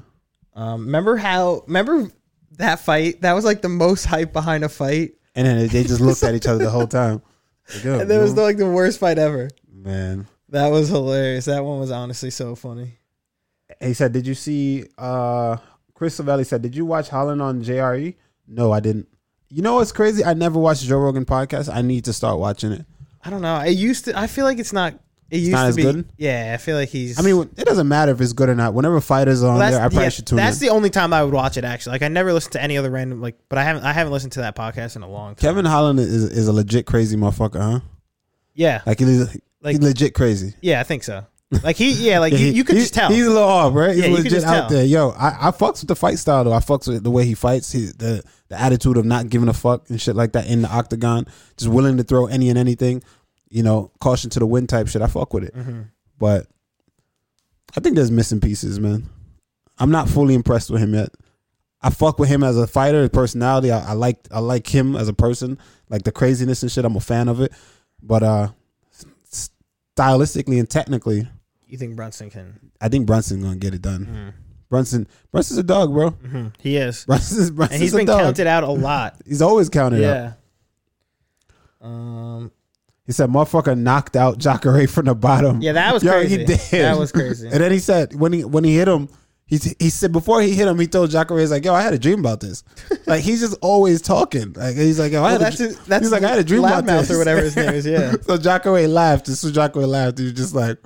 Um, remember how? Remember that fight? That was like the most hype behind a fight. And then they just looked at each other the whole time. Like, yo, And that was you the, like the worst fight ever. know, man. That was hilarious. That one was honestly so funny. He said, "Did you see?" uh Chris Savelli said, "Did you watch Holland on JRE?" No, I didn't. You know what's crazy? I never watched Joe Rogan podcast. I need to start watching it. I don't know. It used to. I feel like it's not. It used not to as be. good? Yeah, I feel like he's. I mean, it doesn't matter if it's good or not. Whenever fighters are on Well, there, I probably yeah, should tune that's in. the only time I would watch it. Actually, like I never listened to any other random like, but I haven't. I haven't listened to that podcast in a long time. Kevin Holland is, is a legit crazy motherfucker, huh? Yeah, Like he's Like- he legit crazy. yeah, I think so. Like he, yeah, like you, He- you could he- just tell. he's a little off, right? He's Yeah, you could legit just out tell. there. Yo, I, I fucks with the fight style though. I fucks with the way he fights, he, the the attitude of not giving a fuck and shit like that in the octagon, just willing to throw any and anything, you know, caution to the wind type shit. I fuck with it, Mm-hmm. but I think there's missing pieces, man. I'm not fully impressed with him yet. I fuck with him as a fighter, his personality. I, I like I like him as a person, like the craziness and shit. I'm a fan of it, but uh, stylistically and technically, you think Brunson can? I think Brunson's gonna get it done. Hmm. Brunson, Brunson's a dog, bro. He is, Brunson's Brunson's Mm-hmm. and he's a been dog. counted out a lot. He's always counted out. yeah. Um. He said, "Motherfucker knocked out Jacare from the bottom." Yeah, that was Yo, crazy. He did. That was crazy. And then he said, when he when he hit him, he he said before he hit him, he told Jacare, "He's like, yo, I had a dream about this." like he's just always talking. Like he's like, yo, I Well, had that's a, his, that's he's like, I had a dream about Loudmouth this or whatever his name is. Yeah. so Jacare laughed. As soon as Jacare laughed, he was just like,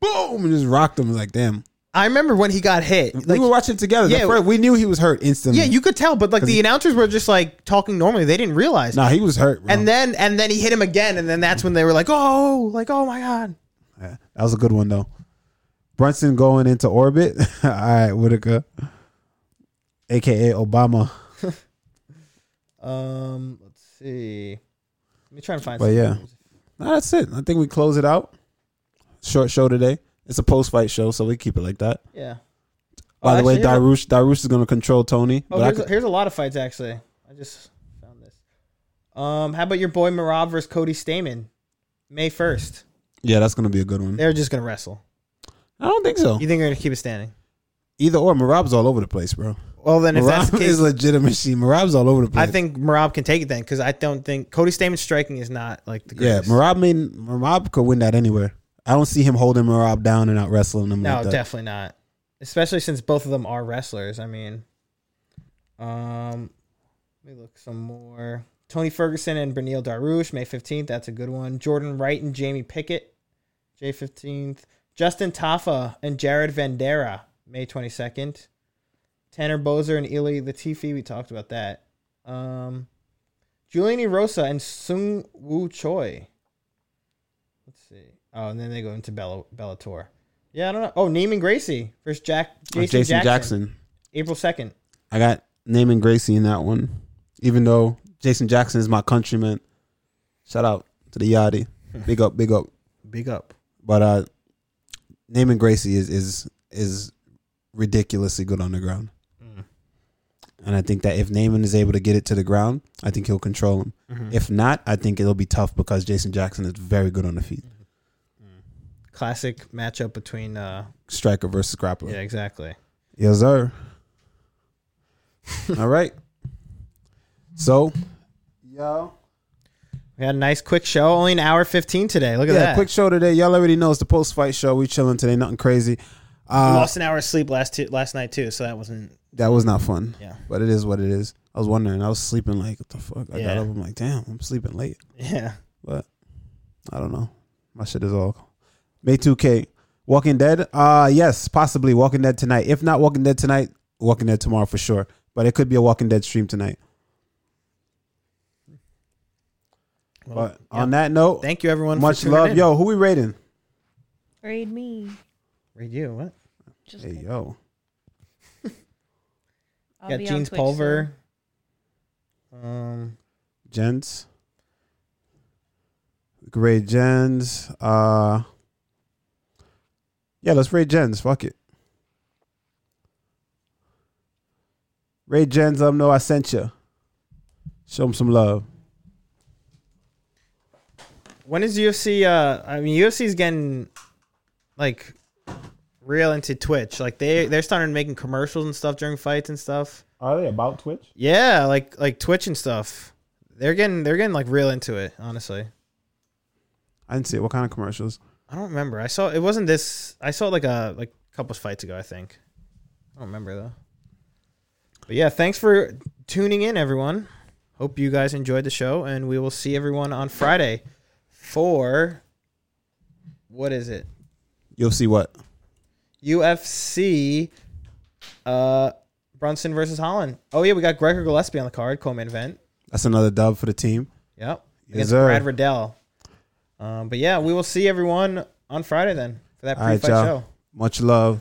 boom, and just rocked him. Like, damn, I remember when he got hit. Like, we were watching together. The Yeah. first- we knew he was hurt instantly. yeah, you could tell, but like the announcers were just like talking normally. They didn't realize. Nah, he was hurt. Bro. And then and then he hit him again, and then that's when they were like, "Oh, like oh my god." Yeah, that was a good one though. Brunson going into orbit. All right, Whitaker, aka Obama. Um, let's see. Let me try and find. But some yeah. news. Nah, that's it. I think we close it out. Short show today. It's a post fight show, so we keep it like that. yeah. By Oh, the way, actually, here's Darush a- Darush is gonna control Tony. Oh, but I here's, could, a, here's a lot of fights actually. I just found this. Um, how about your boy Marab versus Cody Stamen, May first? yeah, that's gonna be a good one. They're just gonna wrestle. I don't think so. You think they're gonna keep it standing? Either or, Marab's all over the place, bro. Well, then if that's the Marab case, is legitimate. machine. Marab's all over the place. I think Marab can take it then because I don't think Cody Stamen's striking is not like the Yeah, greatest. Marab made Marab could win that anywhere. I don't see him holding Marab down and out wrestling him. No, like that. definitely not. Especially since both of them are wrestlers. I mean, um, let me look some more. Tony Ferguson and Bernil Darush, May 15th. That's a good one. Jordan Wright and Jamie Pickett, J 15th. Justin Taffa and Jared Vandera, May 22nd. Tanner Bozer and Ili Latifi, we talked about that. Um, Juliani Rosa and Sung Woo Choi. Let's see. Oh, and then they go into Bella, Bellator. Yeah, I don't know. Oh, Neiman Gracie versus Jack Or Oh, Jason, Jackson, April 2nd. I got Naaman Gracie in that one. Even though Jason Jackson is my countryman. Shout out to the Yachty. Big up, big up. Big up. But uh Naaman Gracie is is is ridiculously good on the ground. And I think that if Naaman is able to get it to the ground, I think he'll control him. If not, I think it'll be tough because Jason Jackson is very good on the feet. Classic matchup between. uh Striker versus grappler. Yeah, exactly. Yes, sir. All right. So, yo, We had a nice quick show. Only an hour 15 today. Look at yeah, that. quick show today. Y'all already know it's the post fight show. We chilling today, nothing crazy. Uh, Lost an hour of sleep last t- last night too, so that wasn't. that was not fun. Yeah. but it is what it is. I was wondering. I was sleeping like what the fuck. I got Yeah. up. I'm like, damn, I'm sleeping late. Yeah. But I don't know. My shit is all May 2K. Walking Dead? Uh yes, possibly Walking Dead tonight. If not Walking Dead tonight, Walking Dead tomorrow for sure. But it could be a Walking Dead stream tonight. But on that note, Thank you everyone. much for tuning love. in. Yo, who we rating? Read me. Read you what? Just Hey, yo. I'll Got be on Jeans Twitch Pulver. Um, Gents. We could rate Gens. Uh yeah, let's rate Gens. Fuck it. Rate Gens, let 'em know I sent you. Show them some love. when is UFC? Uh, I mean UFC's getting like real into Twitch. Like they they're starting making commercials and stuff during fights and stuff. Are they about Twitch? Yeah, like like Twitch and stuff. They're getting they're getting like real into it. Honestly, I didn't see it. What kind of commercials? I don't remember. I saw it wasn't this. I saw it like a like a couple fights ago. I think. I don't remember though. But yeah, thanks for tuning in, everyone. Hope you guys enjoyed the show, and we will see everyone on Friday for what is it? You'll see what. UFC uh Brunson versus Holland. Oh yeah, we got Gregor Gillespie on the card, co-main event. That's another dub for the team. Yep. Yes, Against sir. Brad Riddell. Um, but yeah, we will see everyone on Friday then for that All right, pre-fight y'all. show. Much love.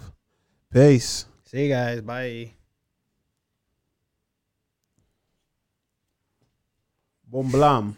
Peace. See you guys. Bye. Bon blam.